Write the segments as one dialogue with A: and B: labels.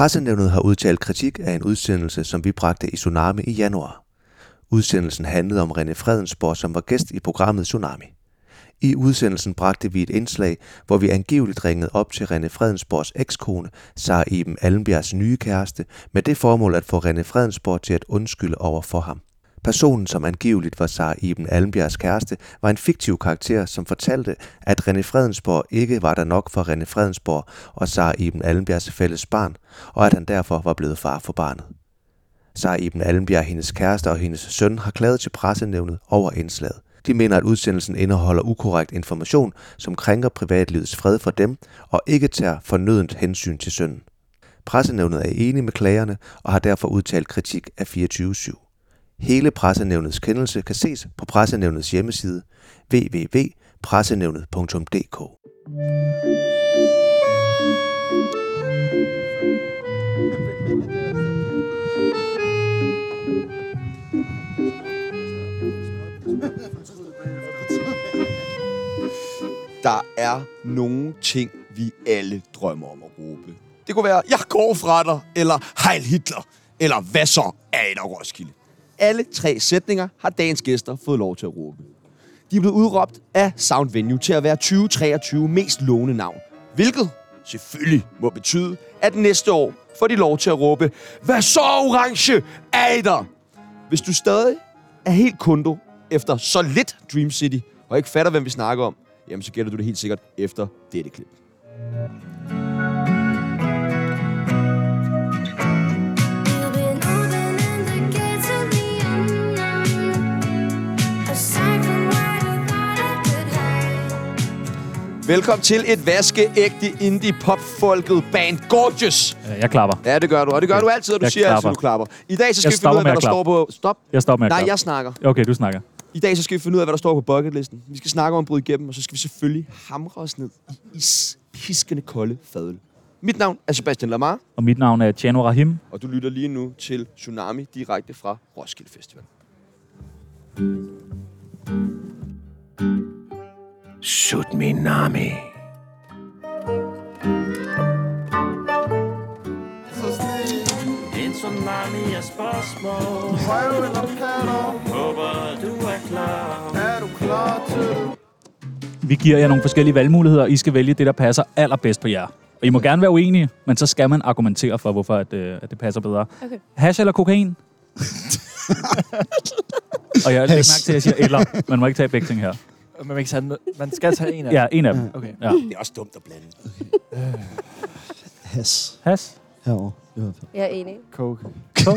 A: Pressenævnet har udtalt kritik af en udsendelse, som vi bragte i Tsunami i januar. Udsendelsen handlede om René Fredensborg, som var gæst i programmet Tsunami. I udsendelsen bragte vi et indslag, hvor vi angiveligt ringede op til René Fredensborgs ekskone, Sara Iben Almbjergs nye kæreste, med det formål at få René Fredensborg til at undskylde over for ham. Personen, som angiveligt var Sara Iben Almbjergs kæreste, var en fiktiv karakter, som fortalte, at René Fredensborg ikke var der nok for René Fredensborg og Sara Iben Almbjergs fælles barn, og at han derfor var blevet far for barnet. Sara Iben Almbjerg, hendes kæreste og hendes søn har klaget til pressenævnet over indslaget. De mener, at udsendelsen indeholder ukorrekt information, som krænker privatlivets fred for dem og ikke tager fornødent hensyn til sønnen. Pressenævnet er enige med klagerne og har derfor udtalt kritik af 24-7. Hele pressenævnets kendelse kan ses på pressenævnets hjemmeside www.pressenævnet.dk.
B: Der er nogle ting, vi alle drømmer om at råbe. Det kunne være, jeg går fra dig, eller Heil Hitler, eller hvad så er et af Roskilde. Alle tre sætninger har dagens gæster fået lov til at råbe. De er blevet udråbt af Sound Venue til at være 2023 mest lovende navn. Hvilket selvfølgelig må betyde, at næste år får de lov til at råbe, Hvad så orange er I der? Hvis du stadig er helt kundo efter så lidt Dream City, og ikke fatter, hvem vi snakker om, jamen så gætter du det helt sikkert efter dette klip. Velkommen til et vaskeægte indie popfolket band Gorgeous.
C: Øh, Jeg klapper.
B: Ja, det gør du, og det gør du altid, og du
C: Jeg
B: siger altid,
C: klapper.
B: du klapper. I dag så skal
C: Jeg
B: vi finde ud af,
C: stopper med
B: hvad
C: at
B: der står
C: klappe.
B: på... Stop.
C: Jeg stopper med at
B: Nej,
C: klappe.
B: jeg snakker.
C: Okay, du snakker.
B: I dag så skal vi finde ud af, hvad der står på bucketlisten. Vi skal snakke om at bryde igennem, og så skal vi selvfølgelig hamre os ned i ispiskende kolde fadøl. Mit navn er Sebastian Lamar,
C: Og mit navn er Tjano Rahim.
B: og du lytter lige nu til Tsunami direkte fra Roskilde Festival.
D: Tsunami.
E: En tsunami af spørgsmål Håber du er klar
C: Vi giver jer nogle forskellige valgmuligheder, og I skal vælge det, der passer allerbedst på jer. Og I må gerne være uenige, men så skal man argumentere for, hvorfor at, øh, at det passer bedre.
F: Okay.
C: Hash eller kokain? og jeg lægger mærke til, at jeg siger eller. Man må ikke tage begge ting her.
G: Man, må ikke tage, den- man skal tage en af
C: Ja, en af dem.
G: Okay.
C: Ja.
B: Det er også dumt at blande.
H: Has.
C: Hash?
H: Herovre. i hvert fald.
F: Jeg er enig.
G: Coke.
C: Det er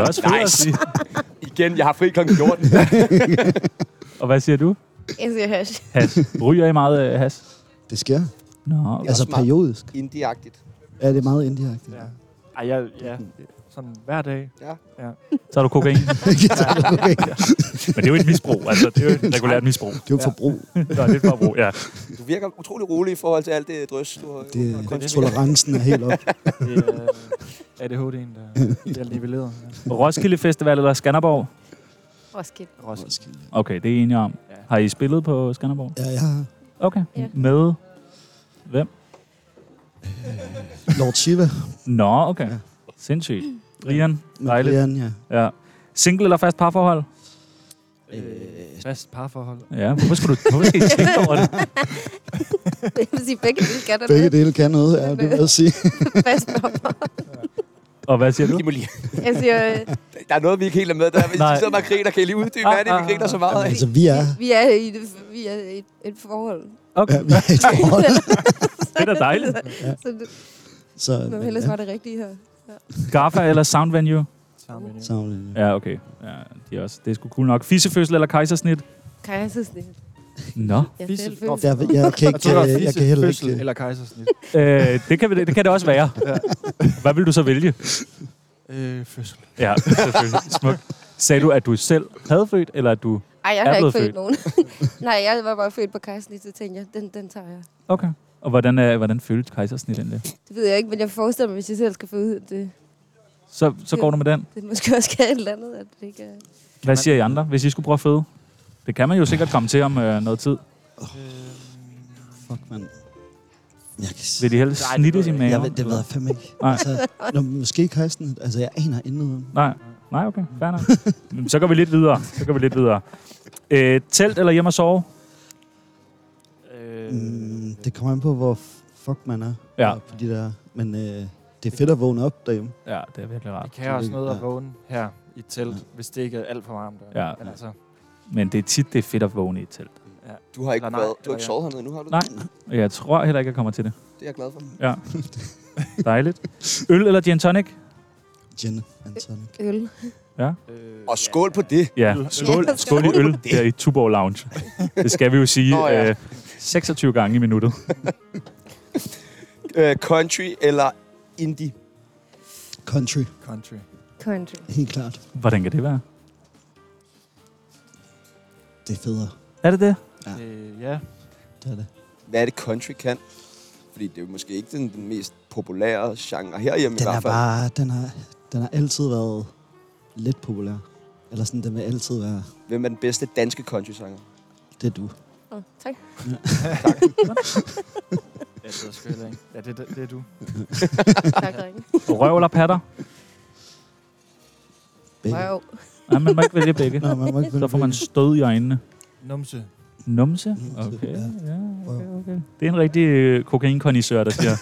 C: også fedt at sige.
B: Igen, jeg har fri kl. 14.
C: Og hvad siger du?
F: Jeg siger hash.
C: Hash. Ryger I meget øh, hash?
H: Det sker.
C: Nå, okay.
H: Altså
B: også meget-
H: periodisk.
B: Indieagtigt.
H: Ja, det er meget indirekte.
G: Ja. Ej, jeg, ja. Sådan hver dag.
C: så er du kokain. Men det er jo et misbrug. Altså, det er jo et regulært misbrug.
H: Det er jo et forbrug.
C: Nå, det er et forbrug, ja.
B: Du virker utrolig rolig i forhold til alt det drøs, du har
H: Det,
B: du har konsumeret.
H: tolerancen er helt op.
G: Det er øh, ADHD'en, der, der er nivelleret. Ja.
C: Roskilde Festival eller Skanderborg?
F: Roskilde.
G: Roskilde.
C: Okay, det er I enige om.
G: Ja.
C: Har I spillet på Skanderborg?
H: Ja, jeg har
C: Okay.
F: Ja.
C: Med?
H: Lord Shiva.
C: Nå, okay. Ja. Sindssygt. Rian,
H: med
C: dejligt.
H: Brian, ja.
C: Ja. Single eller fast parforhold?
G: Øh, fast parforhold.
C: Ja, hvorfor skulle du hvorfor skal I tænke over det?
F: Jeg vil sige, begge dele gør der
H: Begge
F: noget.
H: dele kan noget, ja, det vil jeg sige.
F: Fast på mig.
C: Og hvad siger du?
B: De må lige...
F: Jeg siger, øh,
B: Der er noget, vi ikke helt er med der. Hvis
C: Nej.
B: de sidder og griner, kan I lige uddybe, hvad er det, vi griner så meget af?
H: Altså, vi er,
F: vi er i et, vi er i et, et forhold.
H: ja,
C: Okay.
H: vi er et forhold,
C: Det er da dejligt.
F: Så det,
H: så
F: man må
H: ja,
F: hellere svare det rigtige her.
C: Gaffa eller Sound Venue?
G: Sammen med
H: savner det, ja.
C: Ja, okay. Ja, de er også, det er sgu cool nok. Fissefødsel eller kejsersnit?
F: Kan jeg så snit?
C: Nå.
F: Jeg
G: Fisse.
F: selv
G: Nå,
F: føler.
H: Jeg, jeg, kan
G: Jeg
H: ikke,
G: tror, der
H: jeg,
G: er
H: jeg
G: fisse,
H: kan heller
G: fødsel
H: ikke...
G: eller kejsersnit.
C: Øh, det, kan, vi, det kan det også være. Hvad vil du så vælge?
G: Øh, fødsel.
C: Ja, selvfølgelig. Smukt. Sagde du, at du selv havde født, eller at du...
F: Ej, jeg
C: Er
F: har ikke
C: blevet
F: født
C: født.
F: nogen. Nej, jeg var bare født på kejsersnit, så tænkte jeg, den, den tager jeg.
C: Okay. Og hvordan, øh, hvordan føles kejsersnit egentlig?
F: Det ved jeg ikke, men jeg forestiller mig, hvis jeg selv skal føde, at det,
C: Så, så går du med den.
F: det måske også skal et eller andet, at det ikke er...
C: Hvad siger I andre, hvis I skulle prøve at føde? Det kan man jo sikkert komme til om øh, noget tid.
G: Øh,
H: Fuck, mand. Jeg kan s-
C: Vil de helst
G: Nej, det
C: snitte
G: ved
C: sin
G: jeg
C: mave?
H: jeg ved, det ved jeg fandme ikke.
C: Nej.
H: Altså, nå, måske Christen. Altså, jeg aner intet om.
C: Nej, nej, okay. Fair nok. Mm, Så går vi lidt videre. Så går vi lidt videre. Øh, telt eller hjem og sove?
G: Øh,
H: Mm, det kommer an på, hvor f- fuck man er.
C: Ja.
H: og På de der. Men øh, det er fedt at vågne op derhjemme.
C: Ja, det er virkelig
G: det
C: rart.
G: kan også noget
H: Ja.
G: at vågne her i et telt, hvis det ikke er alt for varmt.
C: Ja.
G: Men altså,
C: Men det er tit, det er fedt at vågne i et telt.
B: Du har ikke,
G: Eller nej,
B: været, du
G: eller
B: har ikke
G: ja.
B: sovet hernede nu, har du?
C: Nej. Og Jeg tror heller ikke, jeg kommer til det.
B: Det er jeg glad for.
C: Dejligt. Øl eller gin tonic?
H: Gin and tonic.
F: Øl.
G: øh,
B: Og skål på det.
C: Ja,
G: Øl.
C: skål,
F: Ja,
C: skål i øl der i Tuborg Lounge. Det skal vi jo sige
B: Nå, ja.
C: øh, 26 gange i minuttet.
B: Øh, country eller indie?
H: Country,
G: Country.
F: Country.
H: helt klart.
C: Hvordan kan det være?
H: Det er federe.
C: Er det det?
H: Ja.
G: Øh, ja.
H: Det er det.
B: Hvad er det, country kan? Fordi det er jo måske ikke den, den mest populære genre herhjemme i
H: Den er
B: hvert fald.
H: bare... Den har, den har altid været lidt populær. Eller sådan, den vil altid være...
B: Hvem er den bedste danske country-sanger?
H: Det er du.
F: Oh, tak.
G: Ja, det ved jeg sgu heller ikke. Ja, det, det, det er du.
F: Tak, drenge.
C: Røv eller patter?
H: Begge.
F: Wow.
C: Nej, man må ikke vælge begge.
H: Nå, man må ikke
C: Så får man stød i øjnene.
G: Numse.
C: Numse?
H: Numse,
C: Okay,
H: ja.
C: ja, okay,
H: Wow.
C: okay. Det er en rigtig øh, kokainkonisør, der siger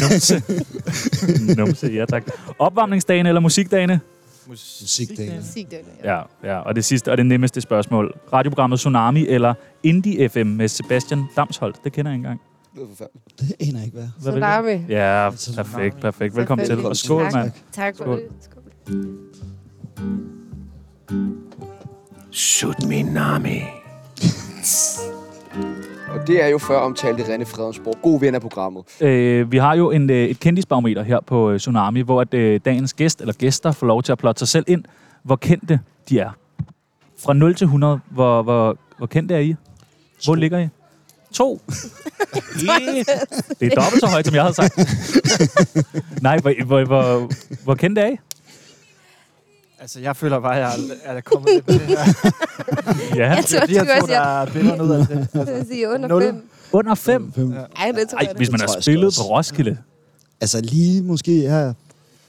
C: numse. numse, ja tak. Opvarmningsdagene eller musikdagene?
H: Musikdagene.
F: Sig det. Ja.
C: Ja, ja. Og det sidste og det nemmeste spørgsmål. Radioprogrammet Tsunami eller Indie FM med Sebastian Damsholdt? Det kender jeg ikke engang.
B: Det er forfærdeligt.
H: Det aner jeg ikke, hvad.
C: Hvad
F: Så
C: vil du?
F: larme.
C: Ja,
H: Tsunami.
C: perfekt, perfekt. Velkommen til.
F: Selvfølgelig.
C: Og skål,
F: Tak.
C: mand.
F: Tak for
C: Skål.
F: det. Skål.
A: Shoot me, Nami.
B: Og det er jo før omtalt i René Fredensborg. God ven af programmet.
C: Øh, vi har jo en, øh, et kendisbarometer her på øh, Tsunami, hvor at, øh, dagens gæst eller gæster får lov til at plotte sig selv ind, hvor kendte de er. Fra 0 til 100, hvor, hvor, hvor kendte er I? Hvor ligger I? To. yeah. Det er dobbelt så højt, som jeg havde sagt. Nej, hvor, hvor, hvor, hvor kendte er I?
G: Altså, jeg føler bare, at jeg er, er kommet lidt med det her.
C: Ja,
F: Jeg tror,
G: De her
F: du
G: to,
F: også,
G: der
F: jeg
G: er billeder ud af det.
F: jeg vil sige under
G: Nul.
F: fem.
C: under fem.
H: Fem.
G: Ja.
F: Ej, det tror
C: Ej,
F: jeg da.
C: hvis man
H: Det tror
C: har
H: jeg
C: spillet
H: også.
C: på Roskilde.
H: Altså lige måske her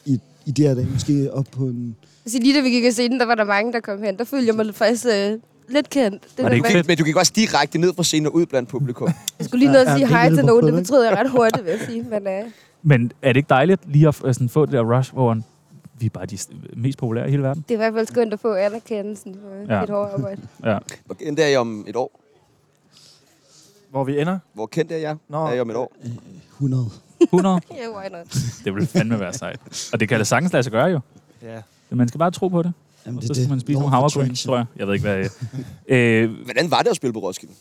H: i, i de her dage, måske op på en...
F: Altså, lige da vi gik og se den, der var der mange, der kom hen. Der følte jeg mig faktisk øh, lidt kendt. Det,
C: Var
F: der
C: det ikke
F: med-
C: fedt?
B: Men du gik også direkte ned fra scenen og ud blandt publikum.
F: Jeg skulle lige ned og
H: Ja, ja,
F: sige
H: det er
F: hej
H: lidt
F: til
H: på
F: nogen. Det
H: prøve, ikke?
F: betrød jeg ret hurtigt, vil jeg sige. Men øh,
C: Men er det ikke dejligt lige at øh, sådan, få det der rush, hvor vi er bare de mest populære i hele verden?
F: det er i hvert fald skønt at få anerkendelsen for
C: Ja.
F: ja. et hårdt arbejde.
C: Ja.
B: Hvor kendt er jeg om et år?
G: Hvor vi ender.
B: Hvor kendt er jeg?
G: Nå,
B: Er jeg om et år?
H: 100.
C: 100.
F: Ja, why not?
C: Det ville fandme være sejt. Og det kan da sagtens lade sig gøre jo.
G: ja.
C: Man skal bare tro på det.
H: Jamen,
C: Og så skal man spise nogle
H: Law of
C: havregryn,
H: Attraction.
C: tror jeg. Jeg ved ikke, hvad... Øh,
B: Hvordan var det at spille på Roskilde?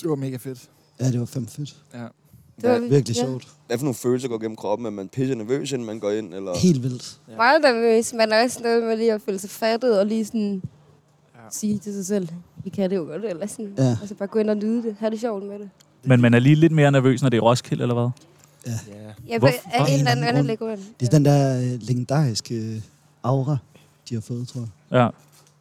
G: Det var mega fedt.
H: Ja, det var fandme fedt.
F: Det var
H: Virkelig
F: ja.
H: sjovt.
B: Hvad for nogle følelser går gennem kroppen? Er man pisse nervøs, inden man går ind? Eller?
H: Helt vildt.
F: Meget nervøs, men også noget med lige at føle sig fattet og lige sådan
G: Ja.
F: ja. sige til sig selv, vi kan det jo godt, eller sådan.
H: Ja.
F: Ja. Altså bare gå ind og nyde det. Ha' det sjovt med det.
C: men man er lige lidt mere nervøs, når det er Roskilde, eller hvad?
G: Ja.
F: Jeg
C: Hvorfor?
F: er en eller anden
H: Hvorfor?
F: anden leguan.
H: Det er den der øh, legendariske øh, aura, de har fået, tror jeg.
C: Ja.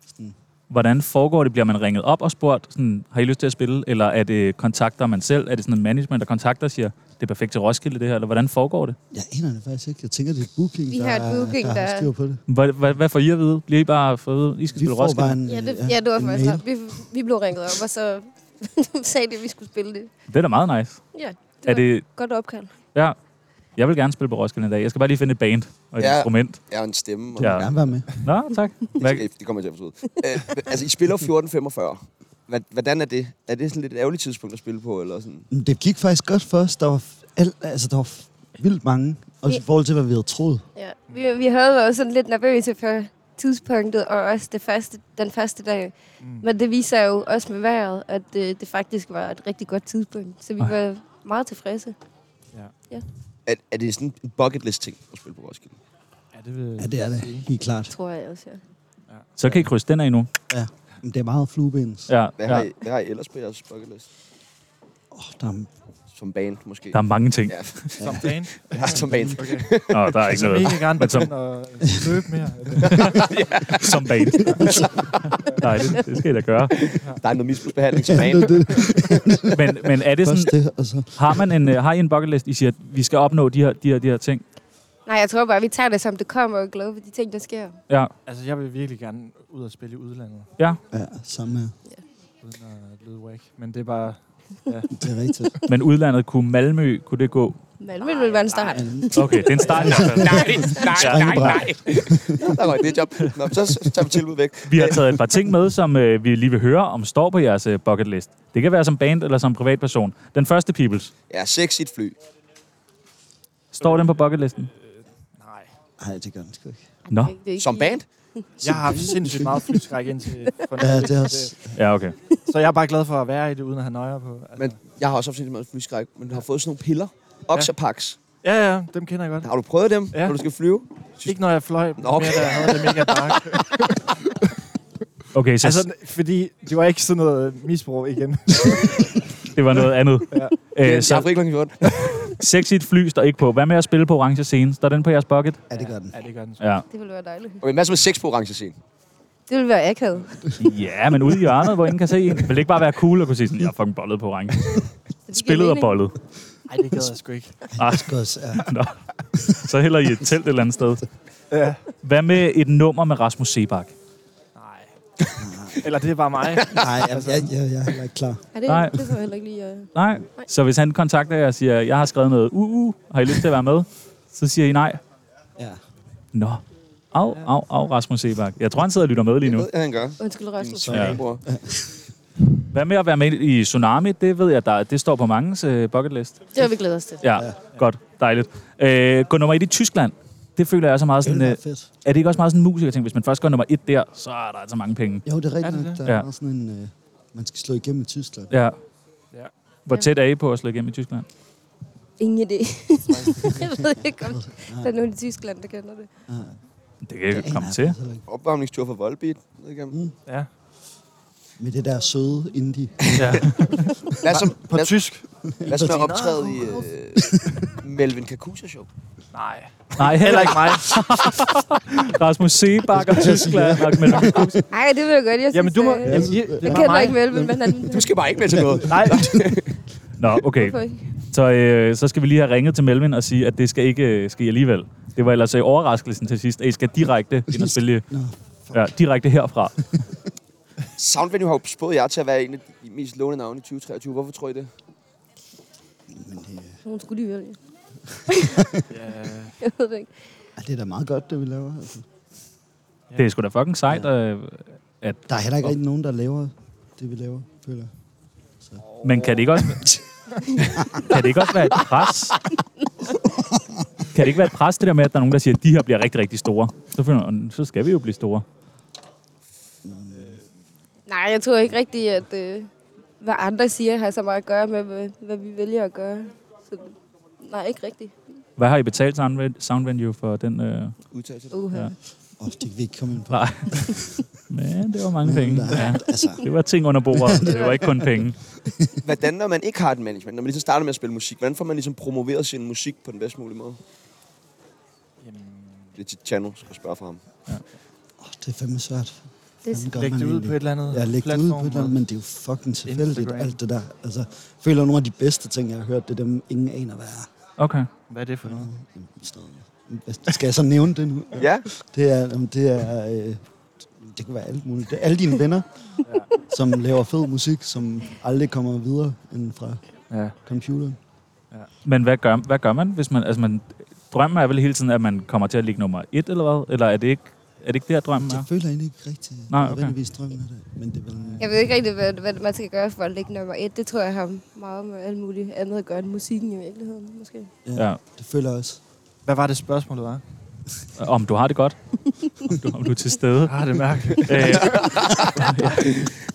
H: Sådan.
C: Hvordan foregår det? Bliver man ringet op og spurgt, sådan, har I lyst til at spille? Eller er det kontakter man selv? Er det sådan en management, der kontakter og siger, det er perfekt til Roskilde det her? Eller hvordan foregår det?
H: Jeg aner det faktisk ikke. Jeg tænker, det er booking,
F: Vi
H: der,
F: har et booking,
H: der, har
F: der-
H: styr på det.
C: Hvad, hvad, hvad får I at vide? Bliver I bare fået, I skal
H: Vi
C: spille
H: får
C: Roskilde?
H: bare en,
F: Ja,
H: øh,
F: det, ja, det var
H: en
F: faktisk
H: mail.
F: ret. Vi, vi blev ringet op, og så sagde de, at vi skulle spille det.
C: Det er da meget nice.
F: Ja, det
C: Er
F: var det...
C: det,
F: godt opkald.
C: ja. Jeg vil gerne spille på Roskilde en dag. Jeg skal bare lige finde et band og et
B: Ja.
C: instrument.
B: Er en stemme? Og...
H: Jeg vil
C: Ja.
H: gerne være med.
C: Nå, tak. Hvad,
B: Okay, det kommer jeg til at fortryde. Øh, altså, I spiller 14.45. Hvad- Hvordan er det? Er det sådan lidt et ærgerligt tidspunkt at spille på? Eller sådan?
H: Men Det gik faktisk godt for os. Der var, f- alt, altså, der var f- vildt mange. Også i forhold til, hvad vi havde troet.
F: Ja. Vi, vi havde været sådan lidt nervøse for tidspunktet, og også det første, den første dag.
G: Mm.
F: Men det viser jo også med vejret, at det, det faktisk var et rigtig godt tidspunkt. Så vi
C: Ej.
F: var meget tilfredse.
B: Er, er det sådan en bucket list ting at spille på Roskilde?
G: Ja, det vil...
H: Ja, det er det. Helt klart.
F: Tror jeg også, ja.
C: så kan I krydse den af nu.
H: Men det er meget fluebens.
C: Ja,
B: Hvad, ja. har,
C: ja.
B: I, hvad har I ellers på jeres bucket list?
H: Oh, der er
B: som band, måske.
C: Der er mange ting.
B: Ja,
G: Som fan?
B: ja som band.
G: Okay.
C: Nå, der er ikke
G: Så vi
C: noget.
G: ikke gerne
C: Men som-
G: begynde at løbe mere.
C: Som band. Nej, det, det skal jeg da gøre.
B: Der er noget misbrugsbehandling som
H: Ja,
B: band.
H: det, det,
C: Men, men er det
H: først
C: sådan,
H: det, og så...
C: har, man en, øh, har I en bucket list, I siger, at vi skal opnå de her, de her, de her ting?
F: Nej, jeg tror bare, vi tager det, som det kommer, og er glade for de ting, der sker.
C: Ja,
G: Altså, jeg vil virkelig gerne ud og spille i udlandet,
H: Ja, samme her.
G: uden at lyde whack. Men det er bare...
H: Det er rigtigt.
C: men udlandet kunne Malmø, kunne det gå?
F: Malmø ville være en start.
C: Okay, det er en start.
B: Nej, nej, nej,
H: Drengebræt.
B: nej. Der røg det job. Nå, så så tager vi tilbud væk.
C: Vi har taget et par ting med, som øh, vi lige vil høre om står på jeres øh, bucket list. Det kan være som band eller som privatperson. Den første, Peoples,
B: Ja, sex i et fly.
C: står den på bucket listen?
G: Nej.
H: Nej, det gør den sgu ikke.
C: Nå,
F: Det er ikke-
B: Som band?
G: Jeg har haft sindssygt meget flyskræk indtil... For
H: Ja,
G: nylig,
H: det er
G: så
H: også...
C: ja, okay.
G: Så jeg er bare glad for at være i det, uden at have nøjer på. Altså.
B: Men jeg har også haft sindssygt meget flyskræk, men har fået sådan nogle piller. Oxapax.
G: Ja, ja, dem kender jeg godt.
B: Har du prøvet dem,
G: Ja.
B: når du skal flyve?
G: Ikke når jeg fløj, men
B: okay.
G: mere da jeg havde det mega dark.
C: Okay, så
G: altså, fordi det var ikke sådan noget misbrug igen.
C: det var noget andet.
G: Ja.
C: Æ,
B: Jeg har
C: så
B: ikke langt gjort.
C: sex i et fly står ikke på. Hvad med at spille på orange scene? Står den på jeres bucket?
H: Ja, det gør den.
G: Ja, det gør den.
C: Ja.
F: Det ville være dejligt.
B: Okay, masser med sex på orange scene.
F: Det ville være akavet.
C: ja, men ude i hjørnet, hvor ingen kan se en. Vil det ikke bare være cool at kunne sige sådan, jeg er fucking bollet på orange?
F: Det giver
C: Spillet og
F: mening.
C: bollet.
G: Nej, det gad jeg sgu ikke.
H: Det skal også... Ja.
C: Så heller i et telt et eller andet sted.
G: Ja.
C: Hvad med et nummer med Rasmus Sebak?
G: Nej. Eller det er bare mig.
H: Nej, jeg, jeg, jeg, jeg er heller ikke klar.
F: Ja, det,
C: Nej.
F: det tror jeg heller ikke lige. øh.
C: Nej. Så hvis han kontakter jer og siger, jeg har skrevet noget, uh, uh, har I lyst til at være med? Så siger I nej.
H: Ja.
C: Nå. Au, au, au, Rasmus Sebak. Jeg tror, han sidder og lytter med lige nu.
B: Jeg ved, at han gør.
F: Undskyld, Rasmus.
B: Min
C: Ja.
B: naboer.
C: Hvad med at være med i Tsunami? Det ved jeg, der, det står på mangens øh, bucket list.
F: Det har vi glædet os til.
C: Ja, ja. godt. Dejligt. Øh, gå nummer et i Tyskland. Det føler jeg også er meget
H: Det
C: sådan...
H: ville
C: Øh,
H: være fedt.
C: er det ikke også meget sådan en musikerting? Hvis man først går nummer et der, så er der altså mange penge.
H: Jo, det er rigtigt
G: Er det
H: nok.
G: det?
H: Der
C: Ja.
H: er ja. sådan en... Øh, man skal slå igennem i Tyskland.
C: Ja.
G: Ja.
C: Hvor
F: Ja.
C: tæt er I på at slå igennem i Tyskland?
F: Ingen idé. jeg ved ikke, om der er nogen i Tyskland, der kender det.
H: Ja.
C: Det kan jeg
H: Det
C: ikke komme
H: aner
C: til.
H: jeg heller ikke.
B: Opvarmningstur for Volbeat. ned igennem.
G: Ja.
H: Med det der søde indie.
G: ja.
B: Lad os,
G: På
B: lad os,
G: tysk?
B: lad os med optræde i øh, Melvin Kakusa Show.
G: Nej.
C: Nej,
G: Heller
C: heller ikke.
G: ikke mig.
C: Rasmus Sebak og Tyskland. og Mellemøsten.
F: Nej, det vil jeg godt. Jeg, synes,
G: Jamen, du må...
F: øh,
G: Jamen, I, det
F: jeg
G: er bare
F: kender
G: mig.
F: ikke Melvin, men han...
B: Du skal bare ikke med til noget.
G: Nej.
C: Nå, okay.
F: Hvorfor ikke?
C: Så, øh, så skal vi lige have ringet til Melvin og sige, at det skal ikke øh, ske alligevel. Det var ellers øh, overraskelsen til sidst, at I skal direkte ind og spille
H: Nå,
C: ja, direkte herfra.
B: Soundvenue har jo spået jer til at være en af de mest lånede navne i 2023. Hvorfor tror I det?
F: Nogen skulle lige vælge.
G: Ja,
F: Jeg ved det ikke.
H: ja, det er da meget godt, det vi laver. Altså.
C: Det er sgu da fucking sejt. Øh,
H: Der er heller ikke rigtig nogen, der laver det, vi laver, føler jeg.
C: men kan det ikke også... kan det ikke også være et pres? Kan det ikke være et pres, det der med, at der er nogen, der siger, at de her bliver rigtig, rigtig store? Så, finder man, så skal vi jo blive store.
F: Nej, jeg tror ikke rigtigt, at øh, hvad andre siger har så meget at gøre med, hvad, hvad vi vælger at gøre. Så, nej, ikke rigtigt.
C: Hvad har I betalt Soundven- Soundvenue for den? Øh...
B: Udtale til det.
F: Uh,
C: Ja.
F: ja.
H: Åh, det kan vi ikke komme ind på.
C: Nej. Men det var mange penge. Ja.
H: Altså,
C: Det var ting under bordet. Det var ikke kun penge.
B: Hvordan, når man ikke har et management, når man ligesom starter med at spille musik, hvordan får man ligesom promoveret sin musik på den bedst mulige måde? Det er til Chano, skal jeg spørge for ham.
H: åh, det er fandme svært.
F: Det er
H: Hvordan gør
G: Læg
H: man
G: det ud
H: egentlig?
G: på et eller andet
H: Ja, læg det ud på et eller andet, men det er jo fucking tilfældigt,
G: Instagram.
H: alt det der. Altså, jeg føler, nogle af de bedste ting, jeg har hørt, det er dem, ingen aner, hvad er.
C: Okay.
G: Hvad er det for noget?
H: Jamen, stadig. Hvad- Skal jeg så nævne det nu?
B: Ja,
H: Det er, jamen, det er, øh, det kan være alt muligt. Det er alle dine venner, som laver fed musik, som aldrig kommer videre end fra
G: Ja.
H: computeren.
C: Men hvad gør, hvad gør man, hvis man... Altså, man drømmer er vel hele tiden, at man kommer til at ligge nummer et, eller hvad? Eller er det ikke, er det ikke der, drømmen er?
H: Det føler jeg egentlig ikke rigtig
C: Nej, okay.
H: nødvendigvis drømmen af det, men det er vel...
F: Jeg ved ikke rigtig, hvad, hvad man skal gøre for at ligge nummer et. Det tror jeg har meget med alt muligt andet at gøre end musikken i virkeligheden, måske.
C: Ja.
H: Det føler jeg også.
G: Hvad var det spørgsmålet var?
C: Om du har det godt? Om du, om du er til stede?
G: Ah, det er mærkeligt.
C: Øh, ja.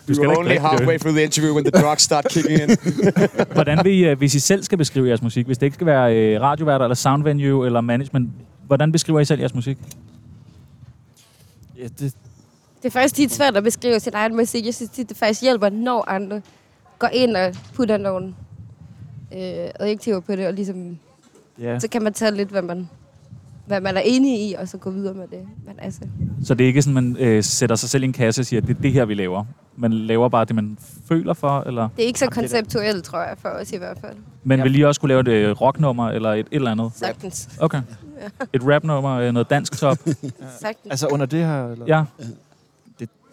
C: Du skal da ikke drikke øh.
B: through the interview when the drugs start kicking in.
C: det. Hvordan vil I, øh, hvis I selv skal beskrive jeres musik, hvis det ikke skal være øh, radioværter, eller soundvenue, eller management, hvordan beskriver I selv jeres musik?
G: Ja, det,
F: Det er faktisk tit svært at beskrive sin egen musik. Jeg synes tit, det faktisk hjælper, når andre går ind og putter nogle øh, adjektiver på det, og ligesom,
G: Ja.
F: så kan man tage lidt, hvad man, hvad man er enig i, og så gå videre med det. Men altså,
C: Så det er ikke sådan, man øh, sætter sig selv i en kasse og siger, at det er det her, vi laver. Man laver bare det, man føler for, eller...
F: det er ikke så
G: Jamen, det er da-
F: konceptuelt, tror jeg, for os i hvert fald.
C: Men
G: Ja.
C: vil I også kunne lave et øh, rocknummer, eller et, et eller andet?
F: Sagtens.
C: Okay. Et rapnummer, øh, noget dansk top.
F: Sagtens.
G: Altså under det her? Eller?
C: Ja.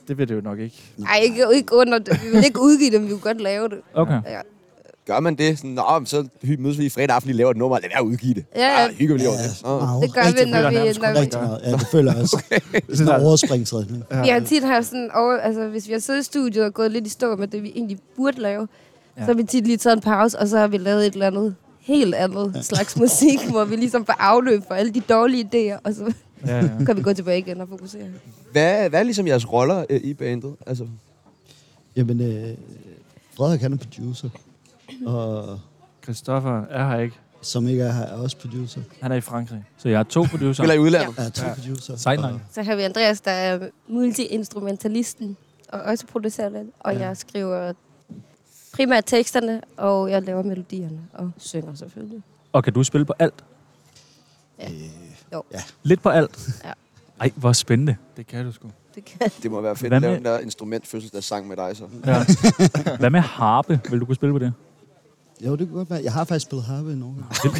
G: Det vil det jo nok ikke.
F: Ej, ikke, ikke under det. Vi vil ikke udgive det, men vi vil godt lave det.
C: Okay.
B: Gør man det? Sådan, Nå, men så hy- mødes vi i fredag aften, lige laver et nummer, lad være at udgive det.
F: Ja, ja.
B: Ah, hygger vi lige over det. Nå.
F: Det gør vi, når
G: føler
F: vi...
G: jeg nærmest
F: Når vi
H: Rigtig meget. Ja, det føler jeg også. Okay. Det er sådan en overspringsredning.
F: vi har tit haft sådan over, altså hvis vi har siddet i studiet og gået lidt i stå med det, vi egentlig burde lave,
G: Ja.
F: ja. så har vi tit lige taget en pause, og så har vi lavet et eller andet helt andet ja. slags musik, hvor vi ligesom får afløb for alle de dårlige idéer, og så
G: Ja, ja.
F: kan vi gå tilbage igen og fokusere.
B: Hvad, hvad er ligesom jeres roller øh, i bandet? Altså,
H: Jamen, øh, Frederik han er producer. Og
G: Christoffer er her ikke.
H: som ikke er her, er også producer.
G: Han er i Frankrig.
C: Så jeg har to
B: spiller
C: producer.
B: i udlandet?
H: Er to ja. producer.
C: Sejt nok.
H: Og
F: Så har vi Andreas, der er multiinstrumentalisten og også producenten, og
G: Ja.
F: ja. jeg skriver primært teksterne, og jeg laver melodierne og synger selvfølgelig.
C: Og kan du spille på alt?
F: Jo, ja.
C: Lidt på alt?
F: Ja.
C: Ej, hvor spændende.
G: Det kan du sgu.
F: det kan
B: Det må være fedt
C: Hvad
B: at lave
C: med-
B: den der instrumentfødselsdags sang med dig så.
G: Ja.
C: Hvad med harpe? Vil du kunne spille på det?
H: Jo, det kunne godt være. Jeg har faktisk spillet harpe i Norge.
C: Vildt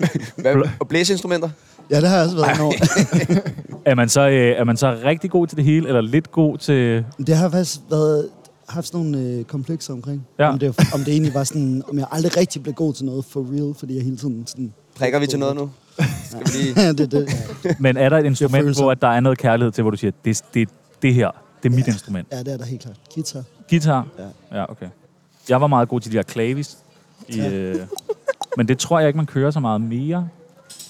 C: nok.
B: Hvad, og blæseinstrumenter?
H: Ja, det har jeg også været i Norge.
C: Er man, så, øh, er man så rigtig god til det hele, eller lidt god til...
H: Men Det har faktisk været, haft sådan nogle øh, komplekser omkring.
C: Ja.
H: Om, det, om det egentlig var sådan, om jeg aldrig rigtig blev god til noget for real, fordi jeg hele tiden sådan...
B: Prikker vi til noget nu? Skal vi lige...
H: Ja, det, er det,
C: Men er der et instrument,
H: følelser.
C: hvor at der er noget kærlighed til, hvor du siger, det, det, det her, det er mit instrument?
H: ja, det er der helt klart. Guitar.
C: Guitar?
H: Ja.
C: ja, okay. Jeg var meget god til de her klavis. I,
H: Ja.
C: øh, men det tror jeg ikke, man kører så meget mere.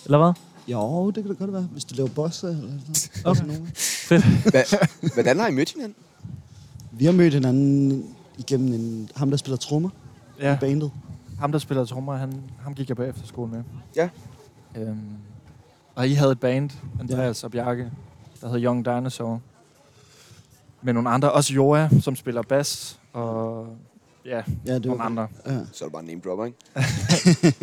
C: Eller hvad?
H: Jo, det kan det godt være, hvis du laver bossa eller sådan noget.
C: Okay.
H: Nogen.
B: Hva, hvordan har I mødt hinanden?
H: Vi har mødt hinanden igennem en, ham, der spiller trommer
G: ja.
H: i bandet.
G: Ham, der spiller trommer, han, ham gik jeg på efterskole med.
B: Ja.
G: Øhm, og I havde et band, Andreas og Bjarke, der hed Young Dinosaur. Med nogle andre, også Joa, som spiller bas, og ja,
H: Ja, det
G: nogle andre.
H: Ja.
B: Så er det bare en name dropper, ikke?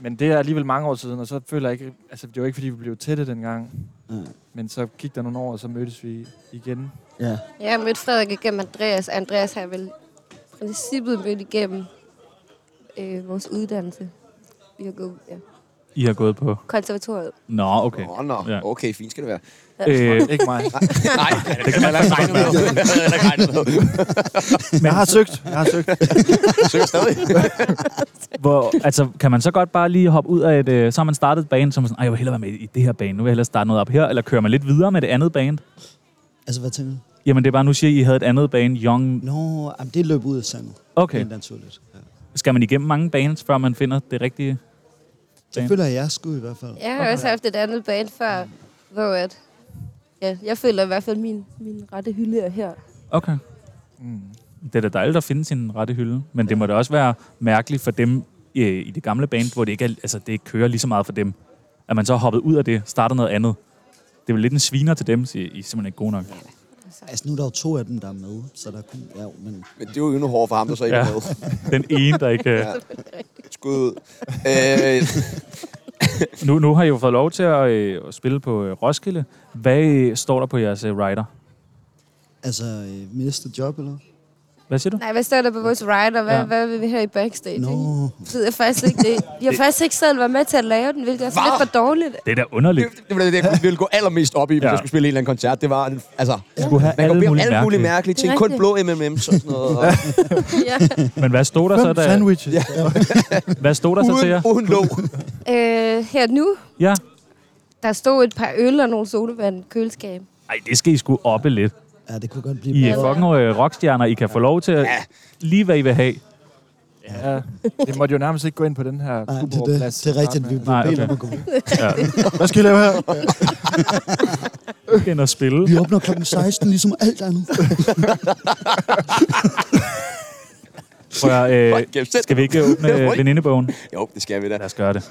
G: Men det er alligevel mange år siden, og så føler jeg ikke... Altså, det var ikke, fordi vi blev tætte dengang.
H: Ja.
G: Men så gik der nogle år, og så mødtes vi igen.
H: ja.
F: Jeg har mødt Frederik igennem Andreas. Andreas har jeg vel i princippet mødt igennem øh, vores uddannelse. Vi har gået ja,
C: I har gået på...
F: konservatoriet.
C: Nå, okay.
B: Åh, oh, nå.
C: Ja.
B: Okay, fint skal det være.
C: Øh,
G: Ikke mig.
B: Nej, det kan man ikke regne med. Det kan man ikke regne med.
G: Men jeg har søgt. Jeg har søgt.
B: Søger stadig.
C: hvor, altså, kan man så godt bare lige hoppe ud af et... Øh, så har man startet et band, som sådan, Ej, jeg vil hellere være med i det her band. Nu vil jeg hellere starte noget op her. Eller kører man lidt videre med det andet band?
H: Altså, hvad tænker du?
C: Jamen, det er bare, nu siger I, I havde et andet band, Young...
H: Nå, jamen, det løb ud af sandet.
C: Okay.
H: Helt naturligt. Ja.
C: Skal man igennem mange bands, før man finder det rigtige? Band.
H: Det føler jeg, jeg skulle i hvert fald.
F: Jeg har okay. også haft et andet band før, hvor at, ja, jeg føler i hvert fald, at min, min rette hylde er her.
C: Okay.
G: Mm.
C: Det er da dejligt at finde sin rette hylde, men det må da også være mærkeligt for dem øh, i det gamle band, hvor det ikke, er, altså, det ikke kører lige så meget for dem. At man så er hoppet ud af det, starter noget andet. Det er vel lidt en sviner til dem, siger I er simpelthen ikke gode nok.
H: Altså, nu er der jo to af dem, der er med, så der kunne... Ja, men
B: Men det er jo endnu hårdere for ham, der så ikke
C: Ja.
B: er med.
C: Den ene, der ikke... Øh,
B: Skud ud. Øh,
C: nu, nu har I jo fået lov til at, øh, at spille på øh, Roskilde. Hvad øh, står der på jeres øh, rider?
H: altså, øh, miste job, eller?
C: Hvad siger du?
F: Nej, hvad står der på vores rider? Hvad,
C: Ja.
F: ja. hvad vil vi her i backstage?
H: Nå,
F: ikke? Det ved jeg faktisk ikke. Det, jeg har faktisk ikke selv været med til at lave den, hvilket er sådan lidt for dårligt.
C: Det er da underligt.
B: det var det, jeg ville gå allermest op i, hvis
C: Ja.
B: jeg skulle spille en eller anden koncert. Det var, altså,
C: Skulle have
B: man går
C: alle
B: bede om
C: mulige
B: alle mulige
C: mærkelige.
B: mærkelige
F: Det er
B: ting. Kun
F: rigtigt.
B: blå M&M's og sådan
F: Ja.
B: noget. Og
C: Men hvad stod der så, der,
G: sandwiches. Ja.
C: hvad stod der så til jer?
B: uden, uden låg.
F: Øh, her nu,
C: Ja.
F: der stod et par øl og nogle sodavand i køleskab.
C: Ej, det skal I sgu oppe lidt.
H: ja, det kunne godt blive...
C: I er
H: bedre.
C: fucking øh, rockstjerner. I kan få lov til at lige, hvad I vil have.
G: ja. Det måtte jo nærmest ikke gå ind på den her
H: Nej, det, er det,
G: Tuborg-plads.
H: det er rigtigt, vi blev
C: Nej,
H: bedt
C: okay.
H: om at gå ud.
C: Ja.
G: Hvad skal I lave her?
C: Ind og spille.
H: Vi åbner klokken 16, ligesom alt andet.
C: Prøv at, øh,
B: Hold kæft, sæt
C: skal vi ikke åbne øh, venindebogen?
B: Jo, det skal vi da.
C: Lad os gøre det.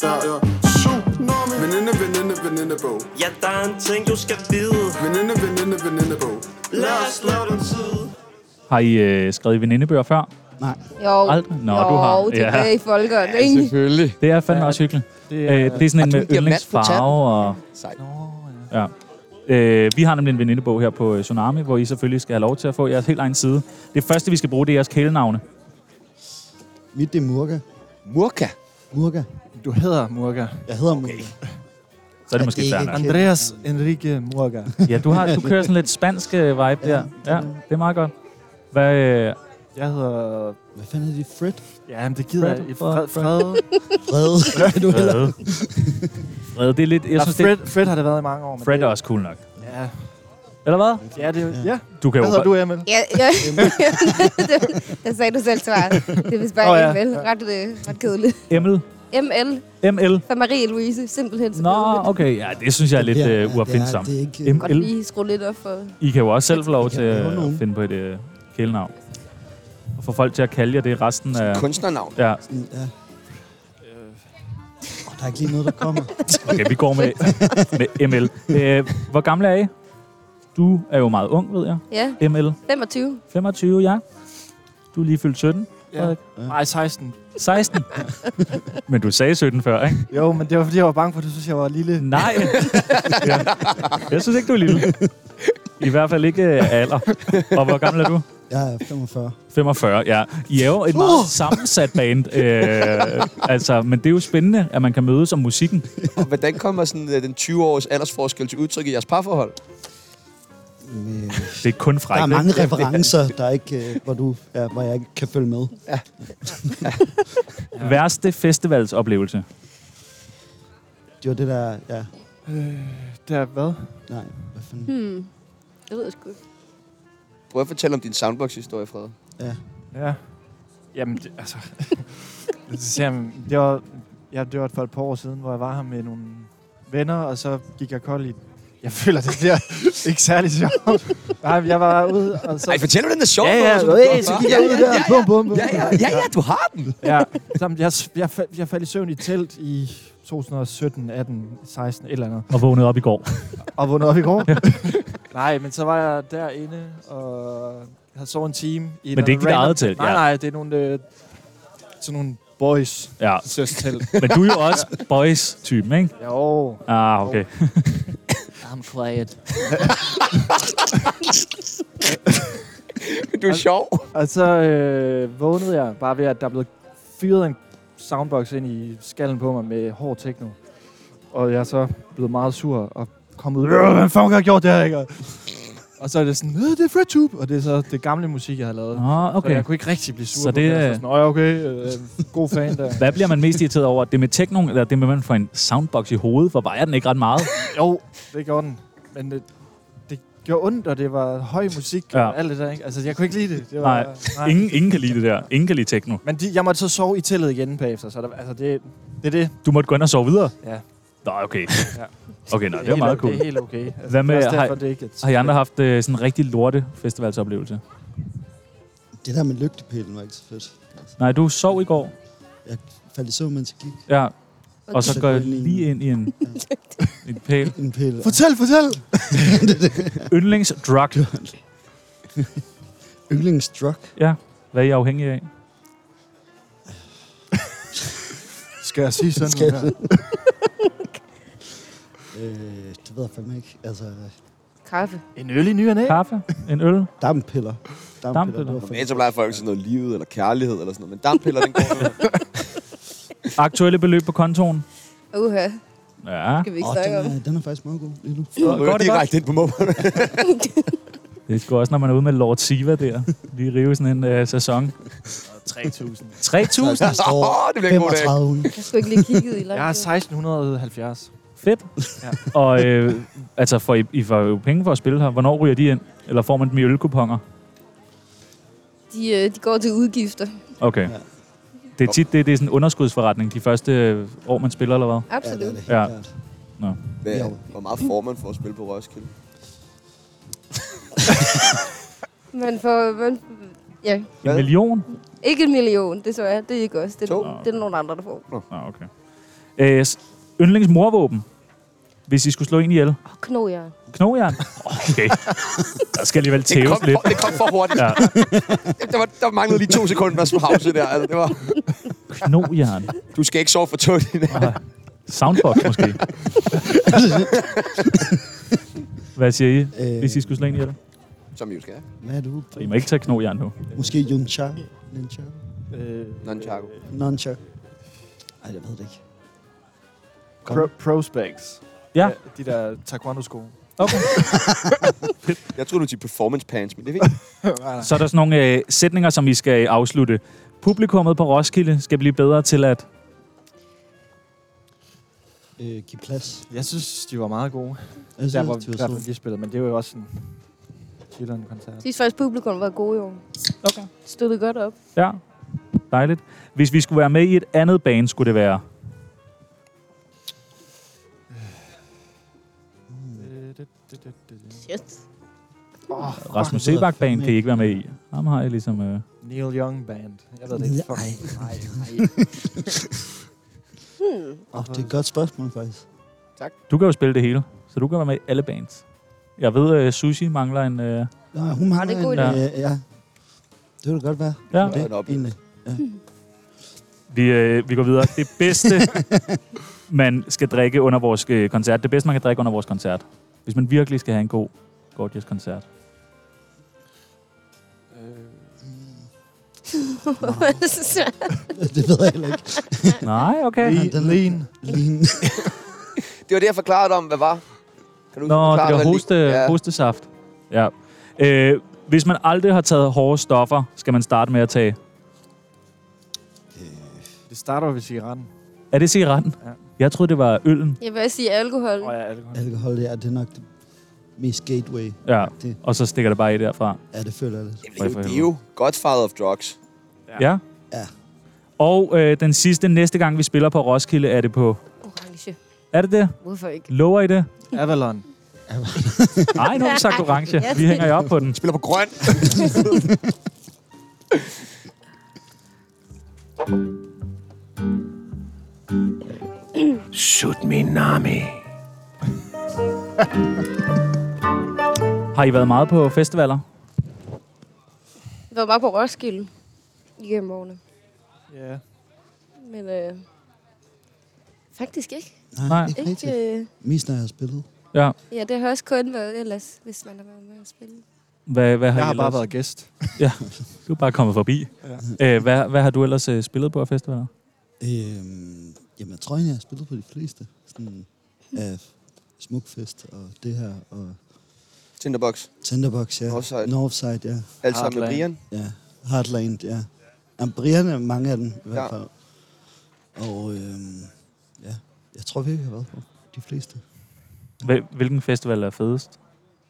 D: Der er tsunami Veninde, veninde, venindebog
E: Ja, der er en ting, du skal vide.
D: Veninde, veninde, venindebog
E: Lad os slå den tid.
C: Har I øh, skrevet i venindebøger før?
F: Jo,
C: Aldrig? Nå,
F: jo,
C: du har.
F: det er
C: Ja.
F: med i folkeånd, ja, ikke?
B: Selvfølgelig.
C: Det er fandme
G: Ja.
C: også hyggeligt.
G: Det
C: Øh, det er
B: Og
C: sådan en
B: du
C: med
B: giver mand på
C: yndlingsfarve. Og,
B: Sejt.
G: Nå, ja.
C: øh, vi har nemlig en venindebog her på øh, Tsunami, hvor I selvfølgelig skal have lov til at få jeres helt egen side. Det første, vi skal bruge, det er jeres kælenavne.
H: Mit det er Murka.
B: Murka.
H: Murka.
G: Du hedder Murga.
H: Jeg hedder okay. Murka.
C: Så er det
H: Er
C: måske
H: det
C: fair
H: ikke
C: nok.
G: Andreas Enrique Murga.
C: Ja, du, har, du kører sådan lidt spansk øh, vibe der. Ja, det er meget godt. Hvad, øh,
G: Jeg hedder...
H: Hvad fanden er det? Fred?
G: Ja, men det gider
C: Fred,
G: jeg. ikke.
C: Fred,
G: Fred, Fred.
H: Fred. du heller.
C: Fred. Fred, det er lidt... Jeg
G: Jeg
C: synes,
G: synes,
C: det,
G: Fred, Fred har det været i mange år. Men
C: Fred
G: det,
C: er også cool nok.
G: Ja,
C: Eller hvad?
G: ja, det, er- ja.
C: Du kan
G: Hvad
C: jo
G: hedder
C: godt-
G: du, Emil?
F: Ja, ja. der sagde du selv svaret. Det er vist bare
G: Nå,
F: oh,
G: ja.
F: ja. vel. Ret, øh, ret kedeligt.
C: Emil.
F: ML
C: ML.
F: for Marie Louise. Simpelthen så
C: Nå,
F: kedeligt.
C: okay. Ja, det synes jeg er lidt
H: Ja,
C: øh,
H: ja,
C: uopfindsomt.
H: Det er, det er ikke...
C: M-
F: Godt lige skrue lidt op for...
C: I kan jo også selv få lov til
H: lave
C: at
H: nogen.
C: finde på et øh, kælenavn. Og få folk til at kalde jer det resten af...
B: Kunstnernavn.
C: Ja,
H: Sådan, ja. Oh, der er ikke lige noget, der kommer.
C: okay, vi går med, med ML. Øh, hvor gammel er I? Du er jo meget ung, ved jeg.
F: Ja,
C: ML.
F: 25.
C: 25, ja. Du er lige fyldt 17.
G: Ja. Nej, 16.
C: 16. Men du sagde 17 før, ikke?
G: Jo, men det var, fordi jeg var bange for, at du synes, jeg var lille.
C: Nej. ja. Jeg synes ikke, du er lille. I hvert fald ikke øh, alder. Og hvor gammel er du?
H: Jeg er 45.
C: 45, ja. I er jo et meget sammensat band. Øh, altså, men det er jo spændende, at man kan mødes om musikken.
B: Og hvordan kommer sådan, øh, den 20-års aldersforskel til udtryk i jeres parforhold?
H: Men,
C: Det er kun frækt.
H: der er
C: ikke?
H: mange referencer, der er ikke, øh, hvor, du, ja, hvor jeg ikke kan følge med.
C: Værste festivalsoplevelse.
H: Det var det der... Ja,
G: Det er hvad?
H: nej. Hvad fanden?
F: Hmm. Det ved jeg sgu ikke.
B: Prøv at fortælle om din soundbox-historie, Frede.
G: Ja. Jamen, det, altså... det, siger jeg, det, var, ja, det var for et par år siden, hvor jeg var her med nogle venner, og så gik jeg kold i... Jeg føler, det bliver ikke særlig sjovt. Nej, men jeg var ude, og så...
B: Nej, fortæl mig den der sjov.
G: Ja, ja, øh, så gik jeg ud der. Bum, bum, bum.
B: Ja, ja, ja, ja, du har den.
G: ja. Jamen, jeg, jeg, fal- jeg faldt i søvn i et telt i 2017, 18, 16, et eller andet.
C: Og vågnede op i går.
G: Og vågnede op i går. Nej, men så var jeg derinde, og jeg havde sovet en time. I
C: Men det er ikke dit eget telt,
G: Nej,
C: ja.
G: nej, det er nogle, øh, sådan nogle boys.
C: Ja.
G: Søstelt.
C: Men du er jo også boys-typen, ikke?
G: jo.
C: Ah, okay.
G: I'm quiet.
B: Du er sjov.
G: Og så øh, vågnede jeg bare ved, at der blev fyret en soundbox ind i skallen på mig med hård techno. Og jeg er så blevet meget sur og kommet ud. "Øh, Hvem fanden har gjort det her, ikke? Og så er det sådan, "Øh, det er Fred Tube. Og det er så det gamle musik, jeg har lavet.
C: Nå,
G: Så
C: okay.
G: jeg kunne ikke rigtig blive sur
C: Så
G: så på
C: det,
G: det.
C: øh,
G: Øh... Sådan, "Nå ja, okay, øh, god fan der.
C: Hvad bliver man mest irriteret over? Det med teknoen, eller det med, at man får en soundbox i hovedet? For vejer den ikke ret meget?
G: jo, det gjorde den. Men det, det gjorde ondt, og det var høj musik
C: Ja.
G: ja. og alt det der. Ikke? Altså, jeg kunne ikke lide det. det var,
C: Nej. Ingen, ingen kan lide det der. Ingen kan lide tekno.
G: Men de, jeg måtte så sove i teltet igen bagefter, så der, altså det, det er det.
C: Du måtte gå ind og sove videre?
G: Ja.
C: Nå, okay.
G: Ja.
C: Okay, nå, det var meget
G: helt,
C: cool.
G: Det er helt okay. Altså,
C: Hvad med-
G: det er også
C: har-
G: derfor, det er ikke et,
C: Har I andre haft øh, sådan en rigtig lorte festivalsoplevelse?
H: Det der med lygtepælen var ikke så fedt.
C: Nej, du sov i går.
H: Jeg faldt i søvn, mens jeg gik.
C: Ja, og så
H: Så
C: går jeg
H: går jeg
C: lige ind i en, en pæl.
H: En pæl.
G: Fortæl, fortæl!
C: Yndlingsdrug.
H: Yndlingsdrug.
C: Ja, hvad er I afhængig af?
G: Skal jeg sige sådan
H: Skal
G: noget her?
H: jeg- Øh, det ved jeg fandme ikke. Altså,
F: Kaffe.
G: En øl i ny og næ?
C: Kaffe? En øl?
H: dampiller. Dampiller.
C: Dampiller.
H: det var fandme-
B: Men så plejer folk sådan noget livet eller kærlighed eller sådan noget. Men dampiller, den går
C: Aktuelle beløb på kontoen?
F: Uha,
C: Ja,
F: kan vi ikke
H: Åh,
F: snakke om.
H: den, er, den er faktisk meget god lige nu.
B: jo
C: Går det
B: direkte ind på mobilen.
C: det er sgu også, når man er ude med Lord Siva der. Lige rive sådan en øh, sæson.
G: 3.000.
C: 3.000?
H: Der står
B: Åh, det bliver en god dag.
H: 35.
F: Jeg skulle ikke lige kigget i lang
G: Jeg er
F: tid.
G: 1670.
C: Fedt. Ja. Og øh, altså, får I, I får jo penge for at spille her. Hvornår ryger de ind? Eller får man dem i ølkuponger?
F: De, øh, de går til udgifter.
C: Okay.
H: Ja.
C: Det er tit det, det er sådan en underskudsforretning de første øh, år, man spiller, eller hvad?
H: Ja, det er
F: Absolut.
H: det helt
C: Ja.
H: klart.
B: Hvad, hvor meget får man for at spille på Roskilde?
F: Man får... Man, ja,
C: En
B: Hvad?
C: million?
F: ikke en million, det så jeg. Det er ikke os. Det,
B: To.
C: Ah,
F: er- det er nogle andre, der får.
C: Nå, okay. Øh, s- yndlingsmorvåben? Hvis I skulle slå en ihjel.
F: Åh, knog jer.
C: Knogjern? Okay. Der skal alligevel
B: Det kom,
C: tæves lidt.
B: for, det kom for hurtigt.
C: Ja.
B: Ja. Der, var, der manglede lige to sekunder med pause der. Altså, det var,
C: Knogjern.
B: du skal ikke sove for tungt i nat.
C: Nej. Soundbox måske. Hvad siger I, hvis I skulle slå en ihjel?
B: Som I jo skal.
H: Hvad er du?
C: I må ikke tage knogjern nu.
H: Måske Yuncha? Nuncha?
G: Øh,
B: Nunchaku.
H: Nuncha? Ej, jeg ved det ikke.
G: pro, prospects.
C: Ja.
G: De der taekwondo-sko.
C: Okay.
B: Jeg tror du til performance pants, men det er ikke.
C: Så er der sådan nogle øh, sætninger, som I skal øh, afslutte. Publikummet på Roskilde skal blive bedre til at...
H: Øh, giv plads. Altså,
G: Jeg synes, de var meget gode.
H: Jeg synes,
G: Der, hvor,
H: de var
G: der, hvor
H: søde.
G: de spillede, men det var jo også en chilleren koncert.
F: Sidst faktisk publikum var gode i år.
C: Okay.
F: Støttede godt op.
C: Ja, dejligt. Hvis vi skulle være med i et andet band, skulle det være...
F: Shit.
C: Rasmus
H: det lyder
C: Sebak Band
H: fandme
C: kan I ikke være med i. Ham har jeg ligesom... Øh...
G: Neil Young Band. Jeg ved det ikke. Fuck.
H: Nej.
G: Nej, nej.
H: Oh, det er et godt spørgsmål, faktisk.
C: Du kan jo spille det hele, så du kan være med i alle bands. Jeg ved, øh, Sushi mangler en... Øh...
H: Nå, hun har
F: det er
H: en,
F: god
C: idé.
H: øh, ja. Det ville godt være.
C: Ja,
B: Det er en oplevelse.
H: egentlig.
C: vi, øh, vi går videre. Det bedste, man skal drikke under vores øh, koncert. Det bedste, man kan drikke under vores koncert. Hvis man virkelig skal have en god Gorgeous koncert.
H: Det ved jeg heller ikke.
C: Nej, okay.
H: Den-
G: Lean.
H: Lige
B: Det var det, jeg forklarede om, hvad var. Kan du
C: Nå, det
B: forklare,
C: der
B: hvad
C: hoste, ja. hostesaft. Ja. Øh, hvis man aldrig har taget hårde stoffer, skal man starte med at tage...
G: Det starter jo ved cigaretten.
C: Er det cigaretten?
G: Ja.
C: Ja. Jeg troede, det var øllen.
F: Jeg vil også sige alkohol.
G: Åh ja, alkohol.
H: alkohol, det er, det er nok det mest gateway.
C: Ja.
H: Det-
C: Og så stikker det bare i derfra.
H: Ja, det føler jeg lidt.
B: Det er jo- det er jo Godfather of Drugs.
C: Ja. ja.
H: Ja.
C: Og øh, den sidste, næste gang vi spiller på Roskilde, er det på...
F: Orange.
C: Er det det?
F: Hvorfor ikke?
C: Lover I det?
G: Avalon.
C: Nej, nu har vi sagt orange.
F: Ja,
C: Vi hænger jer op på den.
B: Spiller på grøn.
I: Shoot me, Nami.
C: Har I været meget på festivaler?
F: Jeg var bare på Roskilde igennem årene.
G: Ja.
F: Men øh, faktisk ikke.
C: Nej.
H: ikke
F: ikke
H: rigtigt.
F: øh,
H: Mest når jeg har spillet.
C: Ja.
F: ja, det har også kun været ellers, hvis man har været med at spille.
C: Hvad, hvad har
G: Jeg
C: I
G: har bare
C: ellers-
G: været gæst.
C: Du er bare kommet forbi. Ja. Øh, hvad, hvad har du ellers øh, spillet på af festivaler?
H: Øhm, jamen, jeg tror egentlig, jeg har spillet på de fleste. Sådan
B: Mhm.
H: af Smukfest og det her, og
B: Tinderbox.
H: Tinderbox, ja.
B: Northside.
H: Northside, ja.
B: Alt sammen med
G: Heartland.
B: Brian.
H: ja. Heartland, ja. Jamen, Brian er mange af dem, i hvert
B: Ja.
H: fald. Og øhm, ja, jeg tror virkelig, jeg har været på de fleste.
C: Hvil- Hvilken festival er fedest?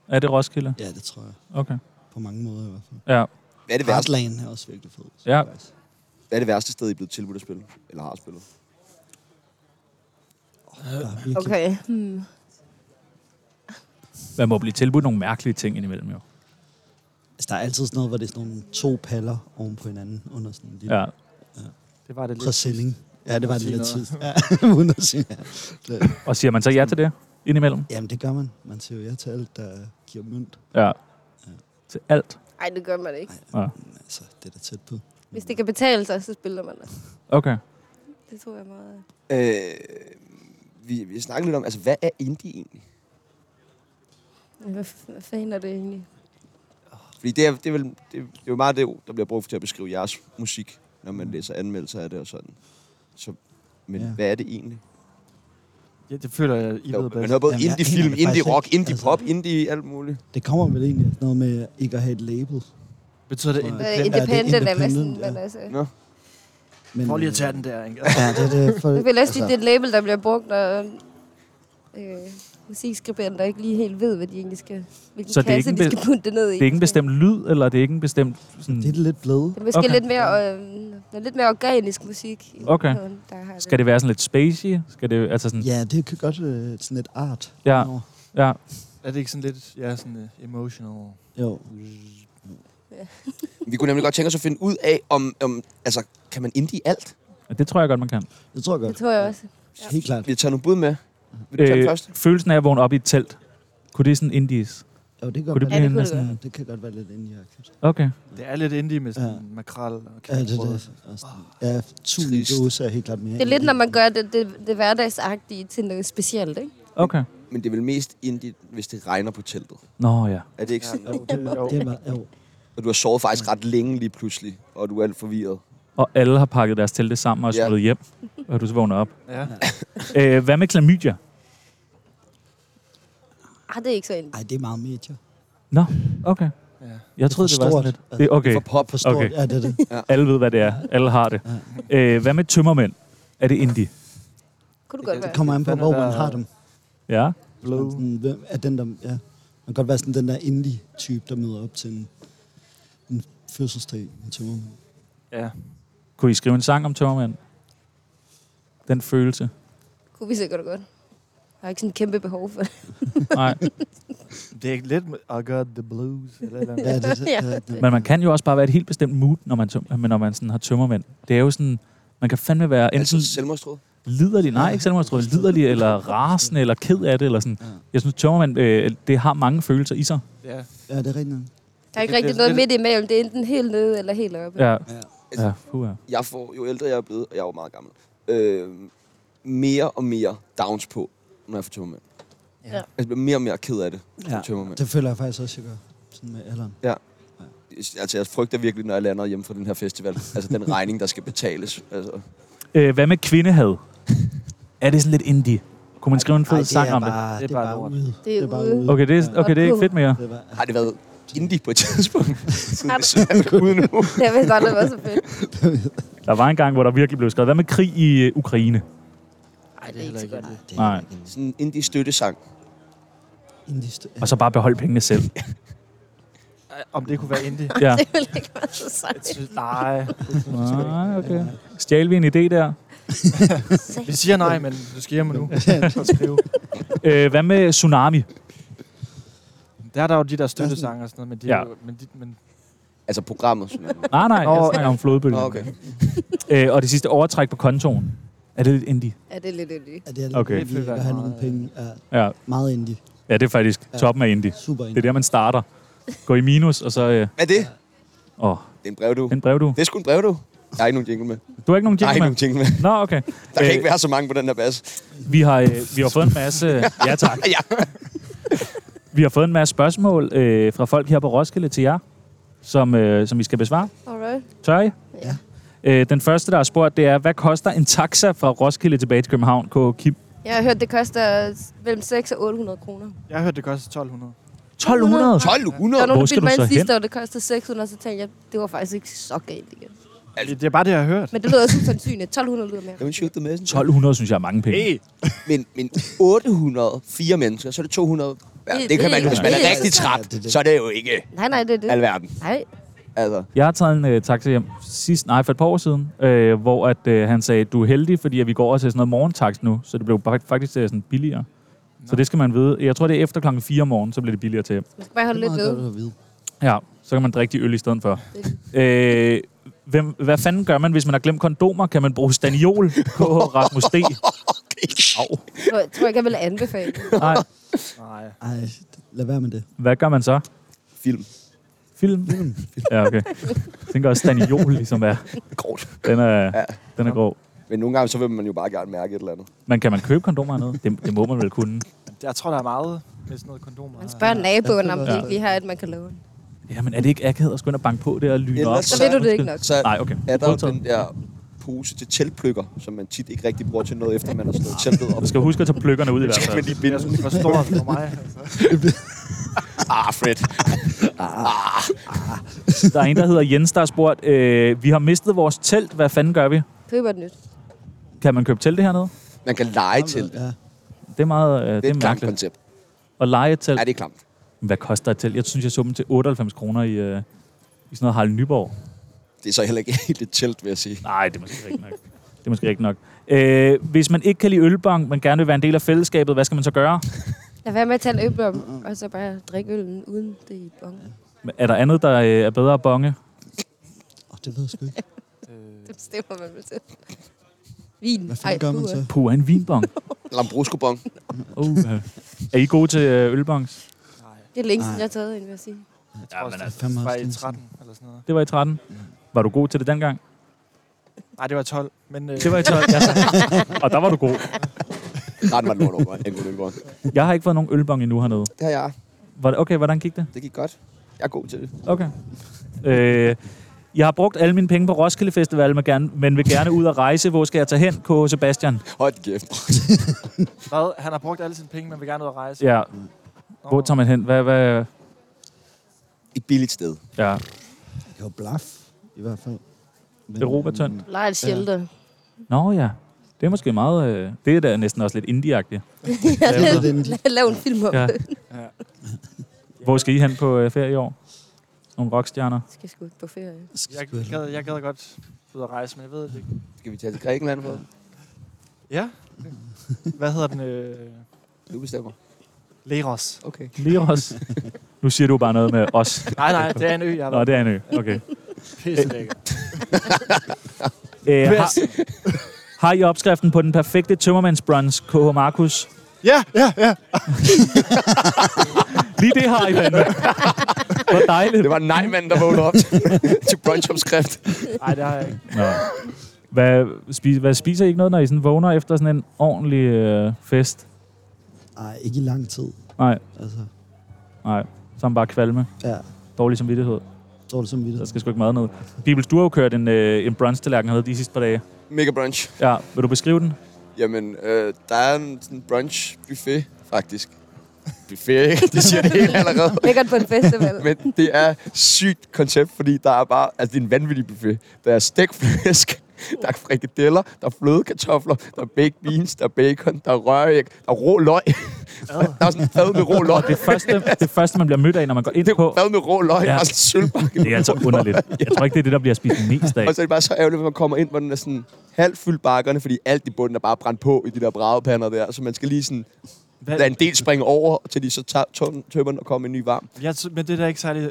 C: Er det Roskilde?
H: Ja, det tror jeg.
C: Okay.
H: På mange måder i hvert fald.
C: Ja.
B: Hvad er det værste,
H: Heartland er også virkelig fed.
C: Ja.
H: faktisk.
B: hvad er det værste sted, I er blevet tilbudt at spille? Eller har spillet?
H: Der er virkelig
F: Okay. Hmm.
C: Man må blive tilbudt nogle mærkelige ting indimellem, jo.
H: Altså, der er altid sådan noget, hvor det er sådan nogle to paller oven på hinanden under sådan en lille ja.
C: Ja.
G: Det var det lidt.
H: præsending. Ja, det var det
G: Uden at
H: lidt
G: sige
H: sidst. Ja, uden at sige, ja. Det-
C: Og siger man så ja til det indimellem?
H: Jamen, det gør man. Man siger jo ja til alt, der giver mønt.
C: Ja. Til alt.
F: Ej, det gør man ikke.
H: Men altså, det er da tæt på.
F: Hvis det kan betale sig, så spiller man det.
C: Okay.
F: Det tror jeg meget.
B: Øh, vi, vi snakkede lidt om, altså hvad er indie egentlig?
F: Hvad, f- hvad fanden er det egentlig?
B: Fordi det er, det, er vel, det, det er jo meget det, ord, der bliver brugt til at beskrive jeres musik, når man læser anmeldelser af det og sådan. Så, men
H: Ja.
B: ja. hvad er det egentlig?
G: Ja, det føler jeg, I
B: Jo,
G: ved
B: man
G: bedst.
B: hører både
H: Jamen, jeg aner
B: indie-film,
H: det faktisk
B: indie-rock,
H: ikke.
B: indie-pop, indie alt muligt.
H: Det kommer vel egentlig af sådan noget med ikke at have et label.
G: Betyder det
H: Tror jeg.
F: Øh,
G: independent?
H: det
F: Independent er
H: independent,
F: næsten, men
H: ja.
F: altså...
B: Nå.
H: Men,
G: Prøv lige at
H: øh,
G: tage den der, ikke?
H: Ja, det er det. For,
F: Jeg vil
H: altså-
F: også sige, det er et label, der bliver brugt, når øh, musikskribenter ikke lige helt ved, hvad de egentlig skal... Hvilken
C: Så det er
F: kasse
C: ikke
F: de
C: en be-
F: skal putte det ned i.
C: Det er ikke en bestemt lyd, eller det er ikke en bestemt... Sådan,
H: det er lidt blevet.
F: Det er måske
C: Okay.
F: okay. lidt, mere, øh, noget lidt mere organisk musik. i
C: Okay.
F: virkeligheden, Der har
C: skal det være sådan lidt spacey? Skal det, altså sådan,
H: Ja, det kan godt øh, sådan et art.
C: Ja.
H: Nå.
C: ja.
G: Er det ikke sådan lidt ja, sådan, uh, emotional?
H: Jo.
B: Vi kunne nemlig godt tænke os at finde ud af, om, om altså, kan man indie alt?
C: Det tror jeg godt, man kan.
H: Det tror jeg
F: Det
H: godt.
F: tror jeg også.
H: Helt klart.
B: Vi har taget nogle bud med. Vil du tage
C: Øh.
B: den første?
C: følelsen af at vågne op i et telt. Kunne det sådan indies?
H: Jo, det kan
C: Kunne
H: godt
C: det
F: Ja, det
C: blive
H: være.
C: en
F: kunne det
C: sådan...
H: Ja, det kan godt være lidt inde i arkivet.
C: Okay.
G: Det er lidt indie med sådan
H: Ja.
G: ja. makrel og
H: Ja, det er
G: kæmperød.
H: det. Og sådan- Ja, tusind
B: Trist.
H: dåser er helt klart mere.
F: Det er lidt, når man gør det, det, det hverdagsagtige til noget specielt, ikke?
C: Okay.
B: Men det er vel mest indie, hvis det regner på teltet.
C: Nå ja.
B: Er det ikke sådan?
G: Jo.
H: Det var, jo.
B: Og du har sovet faktisk ret længe lige pludselig, og du er alt forvirret.
C: Og alle har pakket deres telte sammen og er
B: Ja.
C: smuttet hjem, og du så vågner op.
G: Ja.
C: Øh, hvad med klamydia?
F: Ah, det er ikke så en.
H: Ej, det er meget medier.
C: Nå, okay.
G: Ja.
C: Jeg troede, det,
H: for
C: det var sådan
H: stort.
C: lidt... Det, okay,
B: For pop.
H: For stort
C: Okay.
H: er det det.
C: alle ved, hvad det er. Alle har det. Øh, hvad med tømmermænd? Er det indie?
F: Kunne det godt
H: Det
F: være.
H: kommer an på,
G: Fanden
H: hvor
G: er
H: man
G: der-
H: har dem.
C: Ja.
H: Men
C: Oh.
H: Sådan, hvem er den, der... Ja. Man kan godt være sådan den der indie-type, der møder op til en, en fødselsdag med tømmermand.
G: ja.
C: Kunne I skrive en sang om tømmermænd? Den følelse.
F: Kunne vi sikkert godt. Jeg har ikke sådan et kæmpe behov for det.
C: Nej.
G: Det er ikke lidt med I got the blues. Eller, eller.
H: Ja, det, det,
F: Ja.
H: det, det.
C: Men man kan jo også bare være i et helt bestemt mood, når man, tøm- men når man sådan har tømmermænd. Det er jo sådan... Man kan fandme være enten
B: Altså selvmordstråd.
C: liderlig, nej, ikke selvmordstrål, liderlig, eller rasende, eller ked af det, eller sådan. Jeg synes, tømmermand, øh, det har mange følelser i sig.
G: Ja.
H: Ja, det er rigtigt. nok.
F: Der er ikke
G: Det-
F: rigtig
G: det-
F: noget
G: det-
F: midt imellem. Det er enten helt nede eller helt oppe.
C: Ja.
B: Altså-
C: Ja, puha.
B: Jeg får, jo ældre jeg er blevet, og jeg er jo meget gammel, øh, mere og mere downs på, når jeg får tømmermænd. Altså,
G: Ja.
B: Jeg bliver mere og mere ked af det, ja.
G: Ja.
B: tømmermænd.
H: Det føler jeg faktisk også, jeg gør. Sådan med alderen.
B: Altså, jeg frygter virkelig, når jeg lander hjemme fra den her festival. altså, den regning, der skal betales. Altså.
C: Øh, hvad med kvindehad? er det sådan lidt indie? Kunne man skrive en fed sang om det?
H: bare, det er bare
G: lort.
H: ude.
F: Det er ude.
C: Okay, det er,
H: Ja.
C: okay, det er ikke fedt mere.
H: Det er bare, altså,
B: Har det været indie på et tidspunkt? Så
F: Har
B: det
F: du-
B: svært ude nu.
F: Det vil godt have været så fedt.
C: Der var en gang, hvor der virkelig blev skrevet. Hvad med krig i øh, Ukraine?
F: Ej, det er ikke så godt.
H: Ej, det er
C: Nej.
H: ikke en
B: Sådan en indie-støttesang.
H: indie stø-
C: Og så bare beholde pengene selv.
G: Ej, Om det kunne være indie.
C: Ja.
F: Det ville ikke være så sejt.
G: Jeg synes- Nej.
C: Nej, Ah, okay. Stjal vi en idé der?
G: Vi siger nej, men du skal hjem nu. Og skrive.
C: Øh, hvad med tsunami?
G: Der er der jo de der støttesange og sådan noget, men, de
C: Ja.
G: er jo, men, de, men
B: Altså programmet, sådan noget.
C: Nej, nej, jeg
G: Nå,
C: snakker om flodbølgen.
B: Nå, okay.
C: Øh, og det sidste overtræk på kontoen. Er det lidt indie?
F: Ja, det er lidt yndigt.
H: Ja, det er lidt
C: Okay.
H: okay.
G: Det føler
H: indie at
G: jeg
H: have
G: meget,
H: nogle
G: ja.
H: penge. Ja,
C: Ja,
H: meget indie.
C: ja det er faktisk
H: Ja.
C: toppen af indie. Det
H: Super
C: er
H: indie.
C: der, man starter. Gå i minus, og så... Øh,
B: Hvad er det?
C: åh,
B: Det er en brev, du.
C: den brev du.
B: Det er sgu en brev, du. Der er ikke nogen jingle med.
C: Du har ikke nogen
B: Der er
C: jingle
B: ikke
C: med?
B: nogen jingle med.
C: Nå, okay.
B: Der kan
C: Øh,
B: ikke være så mange på den her bas.
C: Vi har, øh, vi har fået en masse... Ja, tak.
B: Ja.
C: Vi har fået en masse spørgsmål øh, fra folk her på Roskilde til jer, som, øh, som I skal besvare.
F: Alright.
C: Tør I?
F: Ja.
C: Øh, den første, der har spurgt, det er, hvad koster en taxa fra Roskilde tilbage til København, K. Kim?
F: Jeg har hørt, det koster mellem 6 og 800 kroner.
G: jeg har hørt, det koster 1200.
C: 1200?
B: 1200?
F: Der var nogen,
C: Hvor
F: der bildte
C: skal du
F: mig
C: så
F: ind
C: hen?
F: sidste år, det kostede 600, så tænkte jeg, det var faktisk ikke så galt igen.
B: Altså-
G: Det, det er bare det, jeg har hørt.
F: Men det lyder også usandsynligt. 1200 lyder mere.
B: Don't shoot the messenger.
C: 1200 synes jeg er mange penge.
G: Hey.
B: Men, men 804 mennesker, så er det 200. Ja, det kan man jo. Hvis man er rigtig træt, så er det jo ikke
F: Nej, nej, det er det.
B: alverden.
F: Nej,
B: Altså,
C: Jeg har taget en øh, taxa hjem sidst, nej, for et par år siden, øh, hvor at, øh, han sagde, du er heldig, fordi at vi går over til sådan noget morgentax nu, så det blev fak- faktisk øh, sådan billigere. Så det skal man vide. Jeg tror, det er efter klokken 4 om morgenen, så bliver det billigere til.
F: man skal bare holde
H: Det er
F: lidt
H: meget
F: ved.
H: godt at vide.
C: Ja, så kan man drikke de øl i stedet for.
F: Det-
C: Øh, hvem, hvad fanden gør man, hvis man har glemt kondomer? Kan man bruge staniol på Rasmus D? Au.
F: Tror jeg- tror jeg ikke, jeg vil anbefale. det.
C: Nej.
G: Nej.
H: Ej, lad være med det.
C: Hvad gør man så?
B: film.
C: Film? Film. Ja, okay. Jeg tænker også, staniol ligesom er.
B: Kort.
C: Den er, den er grov.
B: Men nogle gange, så vil man jo bare gerne mærke et eller andet.
C: Men kan man købe kondomer hernede? Det, det må man vel kunne.
G: Jeg tror, der er meget med sådan noget kondomer.
F: Man spørger naboen, om de
H: Ja.
F: ikke lige har et, man kan låne.
C: Jamen, er det ikke akavet at skulle ind og banke på det og lyne op?
B: Ellers
F: Så ved du det ikke nok.
B: Så
C: Nej, okay.
B: er der jo
C: Modtaget.
B: den der pose til teltpløkker, som man tit ikke rigtig bruger til noget, efter man har slået teltet op.
C: Du skal huske at tage pløkkerne ud i hvert
B: Skal
C: fald.
B: man lige
G: Det er
B: binde
G: sådan for stort for mig. Altså.
B: Ah, Fred.
C: Der er en, der hedder Jens, der har spurgt, øh, vi har mistet vores telt, hvad fanden gør vi?
F: Køber et nyt.
C: Kan man købe telte hernede?
B: Man kan lege til. Det
H: Ja.
C: Det er meget øh, det
B: er
C: er
B: et klamt
C: mærkeligt.
B: koncept.
C: Og lege et telt.
B: Ja, det er klamt.
C: Hvad koster et telt? Jeg synes, jeg så dem til 98 kroner i, øh, i sådan noget Harald Nyborg.
B: Det er så heller ikke helt et telt, vil jeg sige.
C: Nej, det er måske rigtigt nok. Det er måske rigtigt nok. Øh, hvis man ikke kan lide ølbank, men gerne vil være en del af fællesskabet, hvad skal man så gøre?
F: Lad være med at tage en ølblom,
H: Mm,
F: og så bare drikke øllen uden det i bong.
C: Men Er der andet, der øh, er bedre at bonge?
H: Oh, det ved jeg sgu ikke.
F: Det bestemmer man vel til. Vin.
H: Hvad fanden gør man så?
C: Puh, en vinbong.
B: Lambrusco-bong.
C: Oh, er I gode til øh, ølbongs?
F: Det er længe siden, jeg har taget en, vil jeg sige.
G: Ja, men
H: altså, fandme
G: var
H: også
G: i
H: længe
G: 13 eller sådan noget.
C: Det var i 13. Var du god til det dengang?
G: Nej, det var 12. Men, øh,
C: Det var i 12, ja. Og der var du god.
B: Ret var det lort over. En god ølbong.
C: Jeg har ikke fået nogen ølbong endnu hernede.
B: Det har jeg.
C: Var- Okay, hvordan gik det?
B: Det gik godt. Jeg er god til det.
C: Okay. Øh, jeg har brugt alle mine penge på Roskilde Festival, men, gerne, men vil gerne ud og rejse. Hvor skal jeg tage hen, K. Sebastian?
B: Hold kæft.
G: hvad? Han har brugt alle sine penge, men vil gerne ud og rejse.
C: Ja,
G: Nå.
C: hvor tager man hen? Hvad, hvad?
B: Et billigt sted.
C: Ja,
H: Det var blaf, i hvert fald. Men,
C: Europatynd.
H: øhm,
F: Lej et shelter.
C: Nå ja, det er måske meget... Øh, det er da næsten også lidt indieagtigt.
F: Ja,
H: det er
F: lav,
H: den-
F: lav en film om
C: Ja.
F: ja.
C: Hvor skal I hen på øh, ferie i år? Nogle rockstjerner?
F: Skal sgu ikke på ferie.
H: skal
G: Jeg,
H: sgu heller-
G: gad, jeg gad godt ud og rejse, men jeg ved det ikke.
B: Skal vi tage til Grækenland for?
G: Ja. Hvad hedder den? Øh,
B: Du bestemmer.
G: Leros.
B: Okay.
C: Lige os. Nu siger du bare noget med os.
G: Nej, nej, det er en ø, jeg har
C: Nå,
G: været
C: det er en ø. Okay.
G: pisse lækker.
C: Øh, har, har I opskriften på den perfekte tømmermandsbrunch, KH Markus?
G: Ja, ja, ja.
C: Lige det har I, fandme. Hvor dejligt.
B: Det var nejmanden, der vågnede op til brunchopskrift.
G: Nej, det har jeg ikke.
C: Nå. Hvad, spis, hvad spiser I ikke noget, når I sådan vågner efter sådan en ordentlig øh, fest?
H: Ej, ikke i lang tid.
C: Nej,
H: Altså,
C: nej. Som bare kvalme.
H: ja,
C: Dårlig samvittighed.
H: tror du som
C: Der
H: vidt.
C: skal sgu ikke mad ned. Bibels, du har jo kørt en, øh, en brunch-tallerken hernede de sidste par dage.
B: Mega brunch.
C: Ja, vil du beskrive den?
B: Jamen, øh, der er en sådan brunch buffet, faktisk. Buffet, ikke? Det siger det hele allerede.
F: Lækkert på en festival.
B: Men det er sygt koncept, fordi der er bare... Altså, det er en vanvittig buffet. Der er stækflæsk, der er frikadeller, der er flødekartofler, der er baked beans, der er bacon, der er røræg, der er rå løg. der er sådan en fad med rå løg.
C: Det første, det første, man bliver mødt af, når man går ind
B: Det er
C: på,
B: fad med rå løg,
C: Ja.
B: ja. og sådan en sølvbakke.
C: det er altså underligt. Jeg tror ikke, det er det, der bliver spist mest af.
B: Og så er det bare så ærgerligt, at man kommer ind, hvor den er sådan halvt fyldt bakkerne, fordi alt i bunden er bare brændt på i de der bragepander der. Så man skal lige sådan
G: Hvad?
B: lade en del springe over, til de så tager tøm- tømmer den og kommer en ny varm.
G: Jeg, t- men det er da ikke særlig... øh,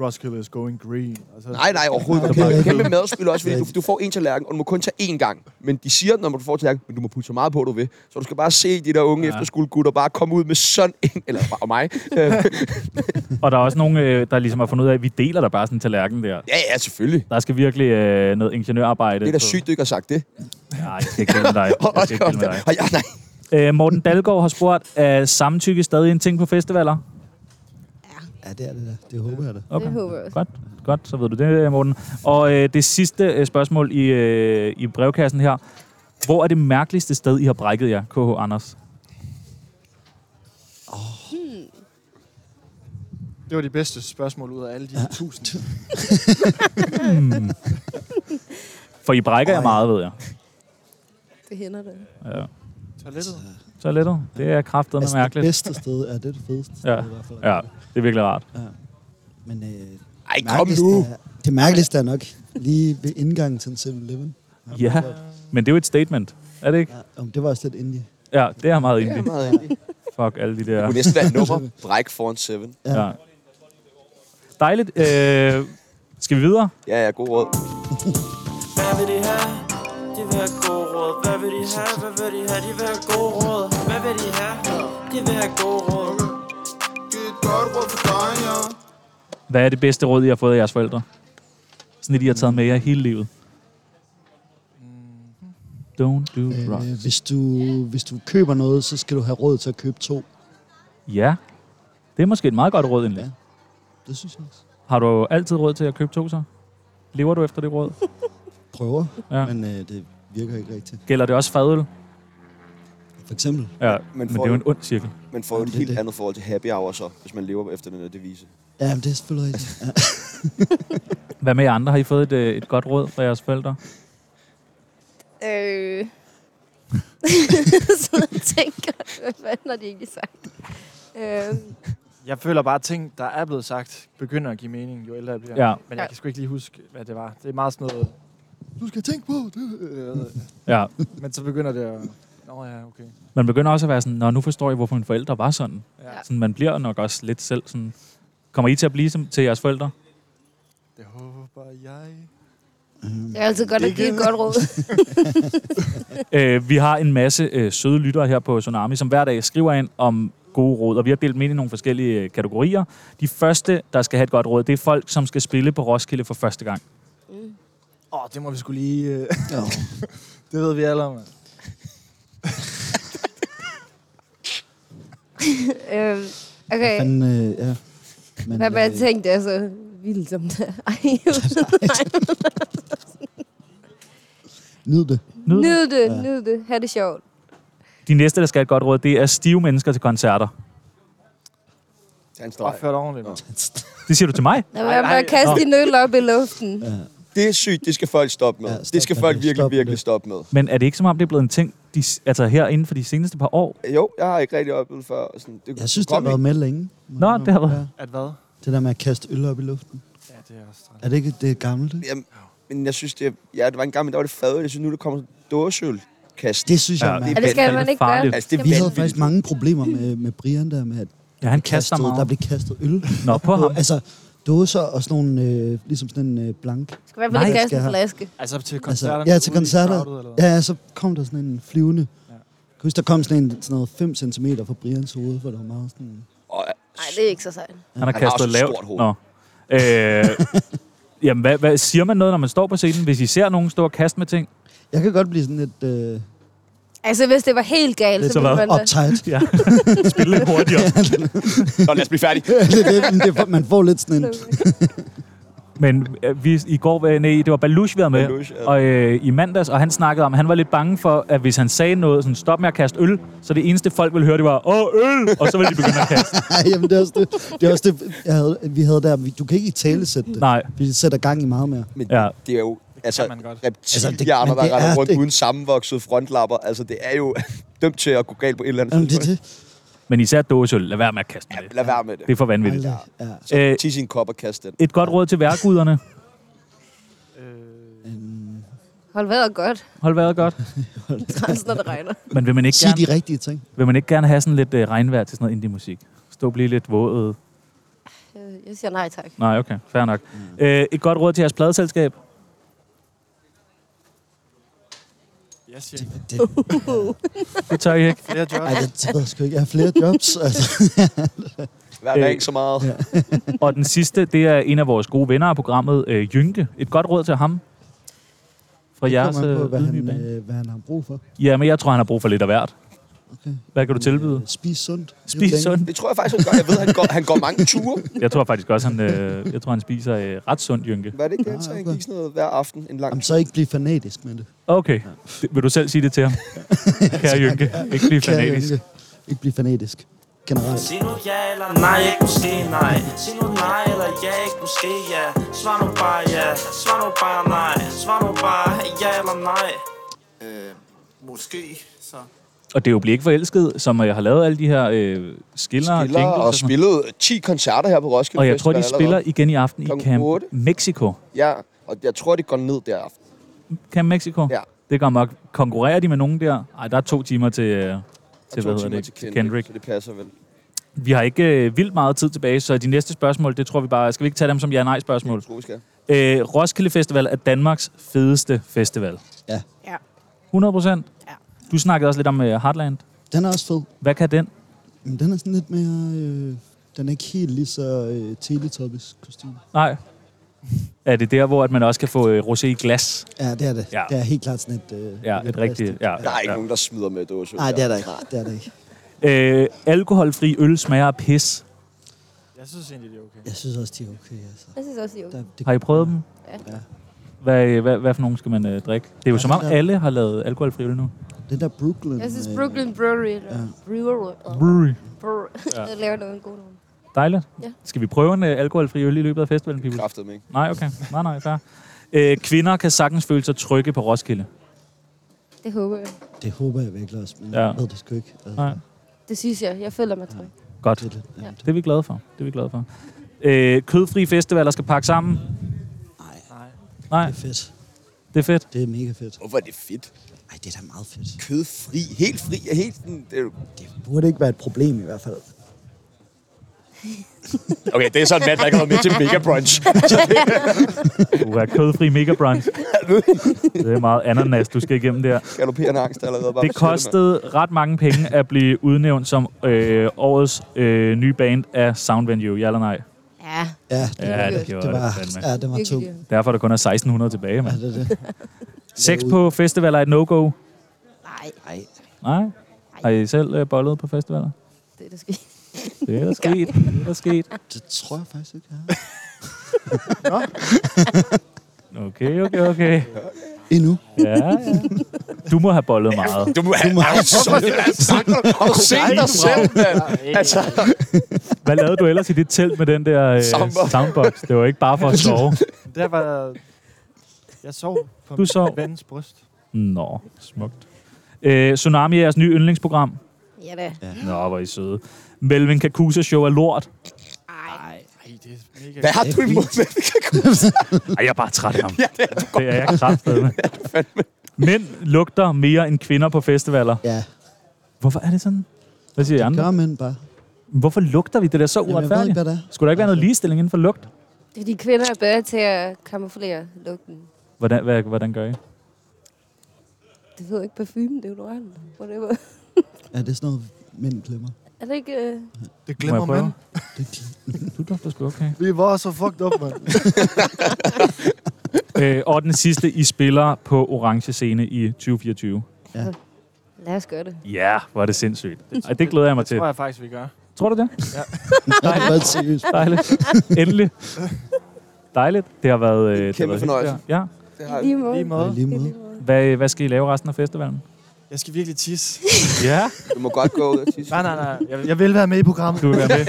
G: Roskilde is going green. Altså,
B: Nej, nej, overhovedet. Okay. Det er bare et kæmpe madspil også, fordi du, du får en tallerken, og du må kun tage én gang. Men de siger, når du får tallerken, men du må putte så meget på, du vil. Så du skal bare se de der unge ja. efterskolegutter bare komme ud med sådan en, eller bare og mig. Øh,
C: Og der er også nogen, øh, der ligesom har fundet ud af, at vi deler der bare sådan en tallerken der.
B: ja, ja, selvfølgelig.
C: Der skal virkelig øh, noget ingeniørarbejde.
B: Det er da
C: på-
B: sygt, du ikke har sagt det.
C: Nej, jeg skal ikke dele med dig.
B: Og,
C: Jeg skal ikke dele med dig.
B: og ja, nej.
C: Øh, Morten Dalgaard har spurgt, er samtykke stadig en ting på festivaler?
H: Ja, det er det der. Det håber jeg da.
C: Okay.
F: Det håber jeg også.
C: Godt, godt, så ved du det, Morten. Og øh, det sidste øh, spørgsmål i, øh, i brevkassen her. Hvor er det mærkeligste sted, I har brækket jer, KH Anders?
G: Det var de bedste spørgsmål ud af alle de tusind.
C: For I brækker jer meget, ved jeg.
F: Det hænder det.
G: Toilettet.
C: Toilettet, det er kraftedeme
H: Altså, det
C: mærkeligt.
H: bedste sted er det, det fedeste sted
C: Ja.
H: i hvert fald.
C: Ja, det er virkelig rart.
H: Men øh,
B: Ej, kom
H: mærkeligste
B: nu.
H: Er, det mærkeligste er nok lige ved indgangen til en 7-Eleven.
C: Ja, men det er jo et statement, er det ikke?
H: Ja, om det var også lidt indie.
C: Ja, det er meget
B: Det
C: indie.
B: er meget ærligt.
C: Fuck, alle de
B: Det
C: der...
B: kunne næsten være et nummer. Bræk foran 7.
C: Ja. Dejligt. Øh, skal vi videre?
B: Ja, ja, god råd.
E: Hvad vil de have? De vil have god råd. Hvad vil de have? Hvad vil de have? De vil have god råd. Hvad vil de have? De vil have god råd.
D: Giv et godt råd for dig, ja.
C: Hvad er det bedste råd, I har fået af jeres forældre? Sådan et, I har taget med jer hele livet. Don't do drugs.
H: Øh, hvis, du, hvis du køber noget, så skal du have råd til at købe to.
C: Ja, det er måske et meget godt råd egentlig.
H: Ja. Det synes jeg også.
C: Har du altid råd til at købe to så? Lever du efter det råd?
H: Prøver,
C: Ja.
H: ja. men øh, det virker ikke rigtigt.
C: Gælder det også fadøl?
H: For eksempel,
C: Ja,
B: Men
C: men det
B: får
C: er jo
B: du-
C: en ond cirkel.
B: Man får jo et
H: Jamen, det er
B: helt
H: det.
B: andet forhold til happy hour så, hvis man lever efter den her devise.
H: ja, men det er selvfølgelig rigtigt. Ja.
C: Hvad med jer andre? Har I fået et, øh, et godt råd fra jeres forældre?
F: Øh... så jeg tænker, hvad fanden har de egentlig sagt? Øh,
G: Jeg føler bare, at ting, der er blevet sagt, begynder at give mening, jo ældre jeg bliver.
C: Ja.
G: Men jeg
F: Ja.
G: kan sgu ikke lige huske, hvad det var. Det er meget sådan noget, du skal tænke på det. øh,
C: Ja,
G: Men så begynder det at... Nå ja, okay.
C: man begynder også at være sådan, Nå, nu forstår jeg, hvorfor mine forældre var sådan.
G: Ja.
C: sådan man bliver nok også lidt selv sådan... Kommer I til at blive som, til jeres forældre?
G: Det håber jeg.
F: Det er altid godt at give et godt råd.
C: Øh, vi har en masse øh, søde lyttere her på Tsunami, som hver dag skriver ind om gode råd, og vi har delt dem ind i nogle forskellige øh, kategorier. De første, der skal have et godt råd, det er folk, som skal spille på Roskilde for første gang.
G: Åh, oh, det må vi skulle lige... Øh. det ved vi alle om. mand.
F: øhm, okay,
H: Men, øh, ja. Men,
F: hvad var jeg
H: øh,
F: tænkt, det er så vildt som det er. Ej,
H: Nyd det.
C: Nyd det.
F: nyd det, nyd det. Ha' det sjovt.
C: De næste, der skal have et godt råd, det er stive mennesker til koncerter.
B: Tag en streg.
G: Opfør dig ordentligt. mand.
C: Det siger du til mig?
F: Lad være med
B: ej.
F: at kaste din øl op i luften.
B: Det er sygt, det skal folk stoppe med.
H: Ja,
B: Ja,
H: stop
B: det skal
H: med
B: folk
H: det.
B: virkelig,
H: Stop med
B: virkelig
H: det.
B: stoppe med.
C: Men er det ikke som om, det er blevet en ting, de, s- altså her inden for de seneste par år?
B: Jo, jeg har ikke rigtig oplevet før. og Sådan, det
H: Jeg synes, det har været med længe.
C: Nå, det har været-
G: At hvad?
H: Det der med at kaste øl op i luften.
G: Ja, det er også træt.
H: Er det ikke det er gammelt? Ikke?
B: Jamen, men jeg synes, det, ja, det var en gang, men der var det fadet. Jeg synes, nu der kommer dåsølkast.
H: Det synes jeg
C: Ja,
H: er
B: det-
F: Og
H: mærkeligt.
F: det skal
C: Fandme
F: man ikke
C: farligt.
F: gøre.
B: Altså, det er
H: Vi havde
B: vanvittigt.
H: faktisk mange problemer med, med Brian der med, at
C: Ja, han kaster
H: kastet, der
C: meget.
H: blev kastet øl.
C: Nå, på ham.
H: Altså, dåser og sådan nogle, øh, ligesom sådan en øh, blank.
F: Du skal i hvert fald
C: Nej,
F: ikke
H: jeg
F: kaste
H: skal
F: en
H: have-
F: flaske.
G: Altså til
H: Altså,
G: koncerter.
H: ja, til koncerter.
G: Eller
H: Ja, ja, så kom der sådan en flyvende.
G: Ja.
H: Ja. Kan du huske, der kom sådan en sådan noget 5 cm fra Brians hoved, hvor der var meget sådan...
B: Og,
F: Nej, det er ikke så sejt.
C: Han har
B: Han har
C: kastet
B: også et
C: lavt.
B: stort hoved.
C: Nå. Øh, jamen, hvad, hvad, siger man noget, når man står på scenen, hvis I ser nogen stå og kaste med ting?
H: Jeg kan godt blive sådan lidt øh,
F: Altså, hvis det var helt galt,
C: Det er
F: så
C: så
F: ville
C: hvad?
F: man da...
H: uptight.
C: Ja, spille lidt hurtigere.
B: Nå, lad os blive færdige.
H: det, er det, men det, er- man får lidt sådan en...
C: Men øh, vi, i går, var- nej, det var Balush, vi havde med,
B: Balush, ja.
C: og, øh, i mandags, og han snakkede om, at han var lidt bange for, at hvis han sagde noget, sådan, stop med at kaste øl, så det eneste folk ville høre, det var, åh, øl, og så ville de begynde at kaste.
H: Ej, jamen, det er også det, det, er også det jeg havde, vi havde der. Vi- Du kan ikke i tale sætte det.
C: Nej,
H: Vi sætter gang i meget mere.
B: Men
C: Ja.
B: ja. det er jo altså,
G: man godt.
H: Altså, det-
B: reptilhjerner,
H: men det
B: der render
H: er
B: rundt
H: det.
B: uden sammenvoksede frontlapper. Altså, det er jo dømt til at gå galt på et eller andet
H: Jamen, det er det.
C: men især dåseøl, lad være med at kaste med det.
B: Lad være med det.
C: Det er for vanvittigt.
H: Aldrig. Ja.
C: Øh,
B: Tis i en kop og kast den.
C: et godt råd til værguderne.
F: Hold vejret godt,
C: Hold vejret godt.
F: træls, når det regner.
C: Men vil man ikke,
H: Sig de
C: gerne,
H: rigtige ting.
C: vil man ikke gerne have sådan lidt øh, regnvejr til sådan noget indie-musik? Stå og blive lidt vådet.
F: Øh, Jeg siger nej tak.
C: Nej, okay, fair nok.
H: Mm.
C: Øh, et godt råd til jeres pladeselskab.
G: Jeg siger ikke.
H: Det,
C: Det tør I ikke.
G: Flere jobs.
H: ej, det ved jeg sgu ikke. Jeg har flere jobs. Altså.
B: Hver
C: øh,
B: dag ikke så meget. Ja.
C: Og den sidste, det er en af vores gode venner af programmet, øh, Jynke. Et godt råd til ham. Fra
H: Det
C: jeres
H: kommer an på, hvad
C: øh, ydmyge
H: han,
C: bane.
H: øh, hvad han har brug for.
C: Ja, men jeg tror, han har brug for lidt af hvert.
H: Okay. Øh,
C: Hvad kan du tilbyde?
H: Spis sundt.
C: Spis sundt.
B: Det tror jeg faktisk, han gør. Jeg ved, han går, han går mange ture.
C: Jeg tror faktisk også, han, øh, jeg tror, han spiser øh, ret sundt, Jynke.
B: Var det ikke det, han sagde? Han gik sådan noget hver aften en lang
H: Jamen, så ikke blive fanatisk med det.
C: Okay. Det, vil du selv sige det til ham? Kære Jynke, ikke blive
H: Kære
C: fanatisk.
H: Inge, Ikke blive fanatisk. Generelt.
E: Sig nu ja eller nej, ikke måske nej Sig nu nej eller ja, ikke måske ja Svar nu bare ja, svar nu bare nej Svar nu bare ja eller nej
D: Øh, Måske, så.
C: Og det er jo Bliv ikke forelsket, som jeg har lavet alle de her øh, skiller,
B: spiller
C: jingles
B: og
C: sådan noget.
B: spillede 10 koncerter her på Roskilde
C: Og jeg tror,
B: Festival
C: de spiller
B: allerede.
C: igen i aften i
B: Klokken
C: Camp
B: otte.
C: Mexico.
B: Ja, og jeg tror, det går ned der aften.
C: Camp Mexico?
B: Ja.
C: Det gør nok. Konkurrerer de med nogen der? Ej, der er to timer til, øh, til,
B: To
C: hvad hedder
B: timer
C: det?
B: til
C: til
B: Kendrick,
C: Kendrick.
B: Så det passer vel.
C: Vi har ikke øh, vildt meget tid tilbage, så de næste spørgsmål, det tror vi bare... Skal vi ikke tage dem som ja-nej-spørgsmål?
B: Jeg tror, vi skal.
C: Øh, Roskilde Festival er Danmarks fedeste festival.
H: Ja.
F: Ja.
C: 100 procent?
F: Ja.
C: Du snakkede også lidt om øh, Heartland.
H: Den er også fed.
C: Hvad kan den?
H: Men den er sådan lidt mere... Øh, den er ikke helt lige så øh, teletubbies kostume.
C: Nej. Er det der, hvor at man også kan få øh, rosé i glas?
H: Ja, det er det.
C: Ja.
H: Ja. Det er helt klart sådan et... Øh,
C: Ja, et rigtigt... Ja,
B: Der er ikke
C: ja.
B: nogen, der smider med dåse.
H: Nej, det er der ikke. Det er der ikke.
C: Øh, alkoholfri øl smager af pis.
G: Jeg synes egentlig, det er okay.
H: Jeg synes også, de er okay. Altså.
F: Jeg synes også, det er
H: Der,
F: okay.
H: det,
C: Har I prøvet dem?
F: Ja.
C: Hvad, øh, hvad, hvad for nogen skal man øh, drikke? Det er jo som om, alle har lavet alkoholfri øl nu.
H: Den der Brooklyn...
F: Jeg synes
H: øh,
F: Brooklyn Brewery eller Brewer
C: Brewery.
F: Brewer
C: Ja.
F: laver noget god nogen.
C: Dejligt.
F: Ja.
C: Skal vi prøve en øh, alkoholfri øl i løbet af festivalen, people?
B: Kræftet mig, ikke?
C: Nej, okay. Nej, nej, fair. Øh, kvinder kan sagtens føle sig trygge på Roskilde.
F: Det håber jeg.
H: Det håber jeg virkelig også, men
C: Ja.
H: ja. jeg ved det sgu ikke. Altså,
C: Nej.
F: Det synes jeg. Jeg føler mig tryg.
C: Godt.
H: Det er lidt, ja.
C: Det er vi glade for. Det er vi glade for. Øh, kødfri festivaler skal pakke sammen.
H: Nej,
C: Nej,
H: det er fedt.
C: det er fedt.
H: Det er mega fedt.
B: Hvorfor er det fedt?
H: Ej, det er da meget fedt.
B: Kødfri. Helt fri. Helt sådan, det er jo
H: Det burde ikke være et problem i hvert fald.
I: Okay, det er sådan en mand, der ikke har været med til Mega Brunch.
C: Du er kødfri mega brunch. Det er meget ananas, du skal igennem der.
B: Galopperende angst allerede. Bare
C: Det
B: for at sige mand.
C: kostede ret mange penge at blive udnævnt som øh, årets øh, nye band af Sound Venue, ja eller nej?
F: Ja,
H: Ja, det,
C: Ja, det
H: det
C: gjorde
H: var,
C: det. fandme.
H: ja, det var
F: virkelig
H: tungt.
F: dyrt.
C: Derfor er der kun er 1600 tilbage,
H: Ja,
C: mand.
H: det, er det.
C: Sex på festivaler er et no-go.
F: Nej,
C: Nej. Har I selv øh, bollet på festivaler?
F: det er det sket.
C: Det er der sket. Det er der sket.
H: det tror jeg faktisk ikke, jeg har.
C: Okay, okay, okay.
H: Endnu.
C: Ja, ja. Du må have bollet meget.
I: Du må have... Har du set dig selv, mand? Altså,
C: Hvad lavede du ellers i dit telt med den der øh,
I: Soundbox.
C: soundbox? Det var ikke bare for at sove.
G: Der var... Jeg sov på
C: Du sov.
G: min vens bryst.
C: Nå, smukt. Øh, Tsunami er jeres nye yndlingsprogram.
F: Ja da.
C: Nå, hvor er I søde. Melvin Kakusa show er lort.
F: Ej.
G: Ej, det er mega...
I: hvad har du imod med det?
C: Ej, jeg er bare træt af ham. ja, det, er det er jeg kraftedet med. Mænd lugter mere end kvinder på festivaler.
H: Ja,
C: Hvorfor er det sådan? Hvad siger I andre?
H: gør mænd bare.
C: Hvorfor lugter vi det der så
H: Jamen, jeg ved ikke,
C: uretfærdigt?
H: hvad Altså- det er.
C: Skulle der ikke være noget ligestilling inden for lugt?
F: Det er de kvinder, der er bedre til at kamuflere lugten.
C: Hvordan, hvad, hvordan gør I?
F: Det ved jeg ikke parfume, det er jo noget Whatever.
H: Ja, det er sådan noget, mænd glemmer.
F: Er det ikke... Øh...
J: Det
C: Må jeg
J: glemmer
C: prøve?
J: man.
C: Du dufter sgu okay.
J: Vi var så fucked up, mand.
C: Øh, og den sidste, I spiller på Orange Scene i 2024.
F: Lad os gøre det.
C: Ja, yeah, hvor er det sindssygt. Ej, det glæder jeg mig til.
G: tror jeg faktisk, vi gør.
C: Tror du det?
H: Det er ret seriøst.
C: Dejligt. Endelig. Dejligt. Det har været... øh, det har
B: Kæmpe
C: været
B: fornøjelse.
C: hyggeligt. Ja.
B: Det har-
F: Lige måde.
G: Lige
H: På
G: måde.
H: lige måde.
C: Hvad, hvad skal I lave resten af festivalen?
G: Jeg skal virkelig tisse.
C: Ja.
B: Du må godt gå ud og tisse.
G: Nej, nej, nej. Jeg, jeg,
J: Jeg vil være med i programmet.
C: Du vil være med.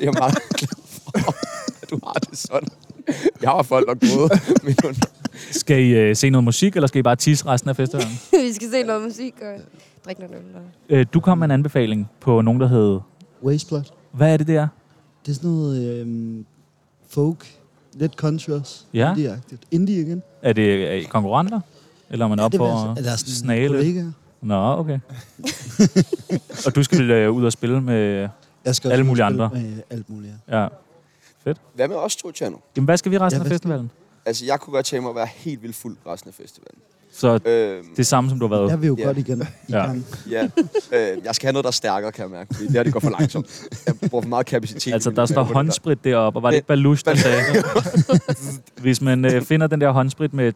B: Jeg er meget glad for, at du har det sådan. Jeg har folk nok gået. Men
C: Skal I øh, se noget musik, eller skal I bare tisse resten af festivalen?
F: vi skal se noget musik og drikke noget øl. og-
C: Øh, du kom med en anbefaling på nogen, der hed...
H: Wasteplot.
C: Hvad er det der?
H: Det er sådan noget øhm, folk. Lidt country også.
C: Ja.
H: Indie-agtigt. Indie igen.
C: Er det øh, er I konkurrenter? Eller er man op
H: det
C: for
H: eller
C: at
H: sådan
C: snale?
H: kollegaer.
C: Nå, okay. og du skal øh, ud og spille med...
H: Jeg skal
C: Alle
H: også
C: mulige
H: spille
C: andre.
H: Med alt muligt. ja.
C: Ja.
B: Hvad med os, Trojano?
C: Jamen, hvad skal vi resten
H: Ja,
C: af
H: hvad skal-
C: festivalen?
B: Altså, jeg kunne godt tænke mig at være helt vildt fuld resten af festivalen.
C: Så det
B: Øhm,
C: er samme, som du har været.
H: Jeg vil jo
B: Ja.
H: godt igen i
C: Ja.
H: gang.
B: ja. øh, jeg skal have noget, der er stærkere, kan jeg mærke. Fordi det her, det går for langsomt. Jeg bruger for meget kapacitet.
C: Altså, der står håndsprit deroppe, og var det ikke Balush, der sagde det? Hvis man øh, finder den der håndsprit med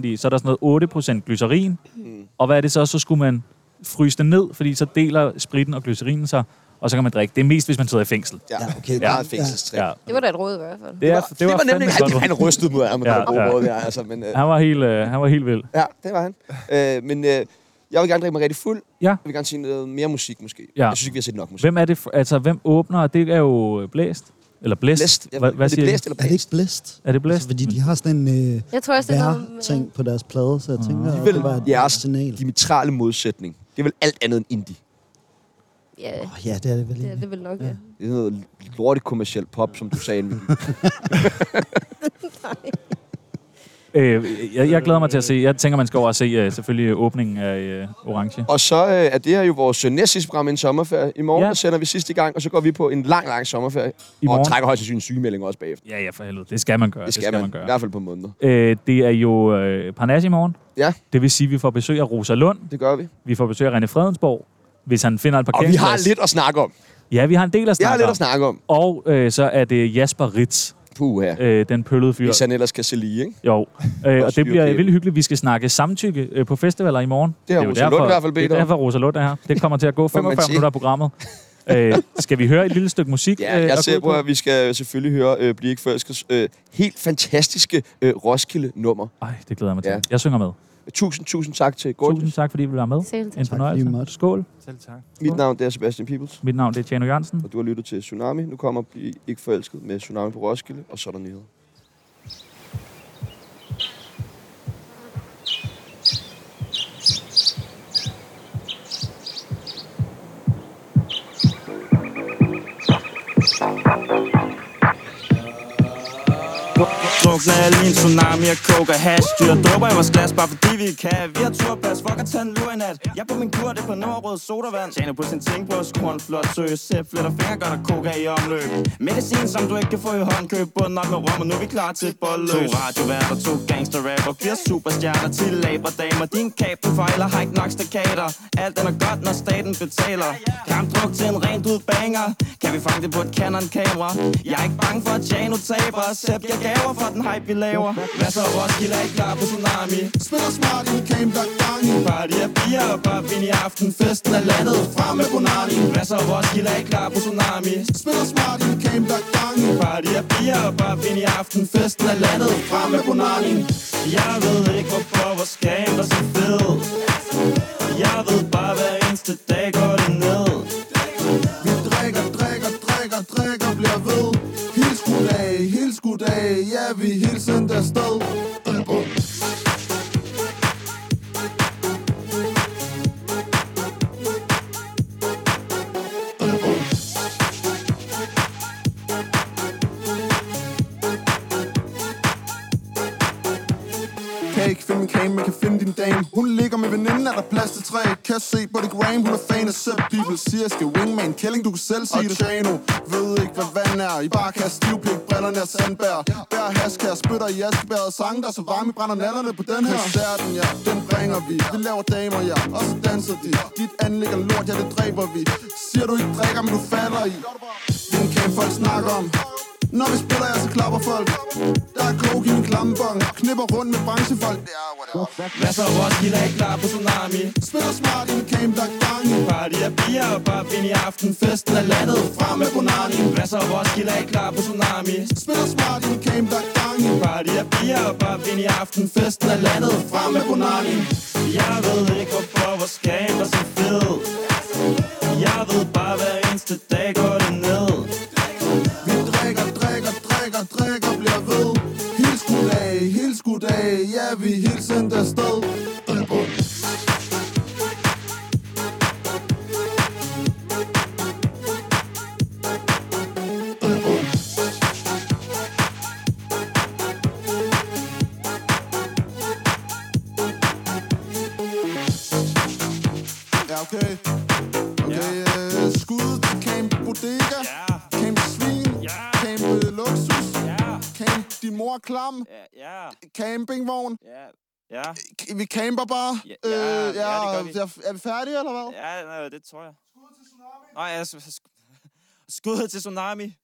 C: 92% i, så er der sådan noget 8% glycerin.
B: Hmm.
C: Og hvad er det så? Så skulle man fryse den ned, fordi så deler spritten og glycerinen sig, og så kan man drikke. Det er mest, hvis man sidder i fængsel.
B: Ja,
H: Ja, okay.
B: det er meget
H: Ja.
B: fængselstræk.
C: Ja.
F: Det var da et råd i hvert fald.
C: Det, er,
B: Det, det, var, nemlig,
C: fandme
B: han,
C: godt.
B: han rystede mod ham med
C: Ja,
B: ja, gode
C: ja.
B: ja. råd, der, altså, men, øh,
C: Han var helt, øh, han var helt vild.
B: ja, det var han. Øh, men øh, jeg vil gerne drikke mig rigtig fuld.
C: Ja.
B: Jeg vil gerne se noget mere musik, måske.
C: Ja.
B: Jeg synes ikke, vi har set nok musik.
C: Hvem er det? for- Altså, hvem åbner? Det er jo øh, blæst. Eller blæst.
B: Blæst. Jeg
C: Hva,
B: ved ikke,
C: hvad
B: er det
C: siger
B: blæst
C: blæst?
B: eller blæst?
H: Er det ikke blæst?
C: Er det blæst?
H: Altså, fordi de har sådan en øh,
F: Jeg tror også, det er noget med...
H: værre-ting på deres plade, så jeg
C: Ah.
H: tænker, at
B: Vel,
H: det var et
B: jeres
H: signal.
B: diametrale modsætning. Det er vel alt andet end indie.
F: Ja,
H: Åh, Ja, det er det vel
F: det er
H: egentlig.
F: det vel nok, ja.
B: Det er noget lortet kommersiel pop, som du sagde. inden vi gik.
C: Øh, jeg, jeg glæder mig til at se. Jeg tænker, man skal over og se øh, selvfølgelig åbningen af øh, Orange.
B: og så øh, er det her jo vores øh, næstsidste program i en sommerferie. I morgen
C: Ja.
B: ja. sender vi sidste gang, og så går vi på en lang, lang sommerferie.
C: I morgen.
B: Og trækker højst sandsynligt sygemelding også bagefter.
C: Ja, ja, for helvede. Det skal man gøre.
B: Det skal, det skal man,
C: gøre.
B: I hvert fald på måneder.
C: Øh, det er jo øh, Parnas i morgen.
B: Ja.
C: Det vil sige, at vi får besøg af Rosa Lund.
B: Det gør vi.
C: Vi får besøg af René Fredensborg. Hvis han finder et
B: Og
C: parkeringsplads.
B: vi har lidt at snakke om.
C: Ja, vi har en del at
B: Jeg har
C: snakke
B: lidt
C: om.
B: at snakke om.
C: Og øh, så er det Jasper Ritz,
B: Puh, her.
C: øh, den pøllede fyr.
B: Hvis han ellers kan se lige, ikke?
C: Jo, øh, og det
B: styre
C: bliver
B: kæben.
C: vildt hyggeligt. Vi skal snakke samtykke øh, på festivaler i morgen.
B: Det har
C: jo
B: Rosa Lund i hvert fald
C: Det
B: bedt
C: er
B: om.
C: derfor, Rosa Lund er her. Det kommer til at gå
B: man
C: 45
B: sige.
C: minutter af programmet. øh, skal vi høre et lille stykke musik?
B: Ja, jeg
C: at gå
B: ser
C: ud
B: på,
C: Øh, på?
B: at vi skal selvfølgelig høre øh, Bliv ikke forelskets øh, helt fantastiske øh, Roskilde-nummer.
C: Ej, det glæder jeg mig til.
B: Ja.
C: Jeg synger med.
B: Tusind, tusind tak til
C: Tusind
B: Gorgeous.
C: tak, fordi I vil være med.
F: Selv tak.
C: En fornøjelse.
H: lige meget.
C: Skål.
G: selv tak.
B: Mit navn det er Sebastian Peoples,
C: Mit navn det er Tjano Jørgensen.
B: og du har lyttet til Tsunami. Nu kommer Bliv ikke forelsket med Tsunami på Roskilde, og så er der nyheder.
J: Go,
K: drukner alle i en tsunami og koker hash Dyr drupper i vores glas, bare fordi vi kan Vi har turpas, fuck at tage en lurinat Jeg er på min kur, det er på nordrød sodavand Tjener på sin ting på skrueren, flot søs Sæt fletter fingre, godt og koka i omløb Medicin, som du ikke kan få i hånd Køb bunden op med rum, og nu er vi klar til et bolløs To radioværter, to gangster rapper Fire superstjerner, til laber damer Din kab, du fejler, har ikke nok stakater Alt den er godt, når staten betaler Kampdruk til en rent ud banger Kan vi fange det på et Canon-kamera? Jeg er ikke bange for, at Jano taber Sæt, jeg gaver for den hype, vi laver Hvad så, Roskilde er ikke klar på tsunami? Spiller smart, vi came back gang Party af bier og bare vin i aften Festen er landet, frem med Bonani Hvad så, Roskilde er ikke klar på tsunami? Spiller smart, vi came back gang Party af bier og bare vin i aften Festen er landet, frem med Bonani Jeg ved ikke, hvorfor vores game var så fed Jeg ved bare, hver eneste dag går det ned
D: Vi drikker, drikker, drikker, drikker, bliver ved Hils goddag, hils goddag, ja vi er hilsen der sted Kan ikke finde min kame, men kan finde din dame Hun ligger med veninden, er der plads til tre Kan se på det gram, hun er fan af Sub People Siger, jeg skal wingman, kælling, du kan selv sige det Og Chano ved ikke, hvad vand er I bare kan stivpik, brillerne er sandbær Bær hask her, spytter i askebæret Sange, der er så varme, I brænder nallerne på den her Koncerten, ja, den bringer vi Vi laver damer, ja, og så danser de Dit anlæg er lort, ja, det dræber vi Siger du ikke drikker, men du falder i Din kame, folk snakker om når vi spiller, ja, så klapper folk Der er coke i min klammebong Knipper rundt med branchefolk Det er
K: Hvad så Roskilde er ikke klar på tsunami? Spiller smart i en camp, der gange Party af bier og bare vind i aften Festen er landet frem med Bonani Hvad så Roskilde er ikke klar på tsunami? Spiller smart i en camp, der gange Party af bier og bare vind i aften Festen er landet frem med Bonani Jeg ved ikke hvorfor vores game er så fed Jeg ved bare hver eneste dag går det ned
D: drikker, drikker, drikker, drikker, bliver ved Hils goddag, hils goddag, ja vi er hilsen der sted Ja, okay. Okay, øh, skud til Camp Bodega. Camp Svin. Camp øh, Luksus. Camp Din Mor er Klam. Campingvogn.
K: Ja,
D: K- Vi camper bare.
K: Ja,
D: Øh,
K: ja, ja, det gør vi.
D: er, er vi færdige, eller hvad?
K: ja nej, det tror jeg. Skud altså, til tsunami. Nej, jeg... Skud til tsunami.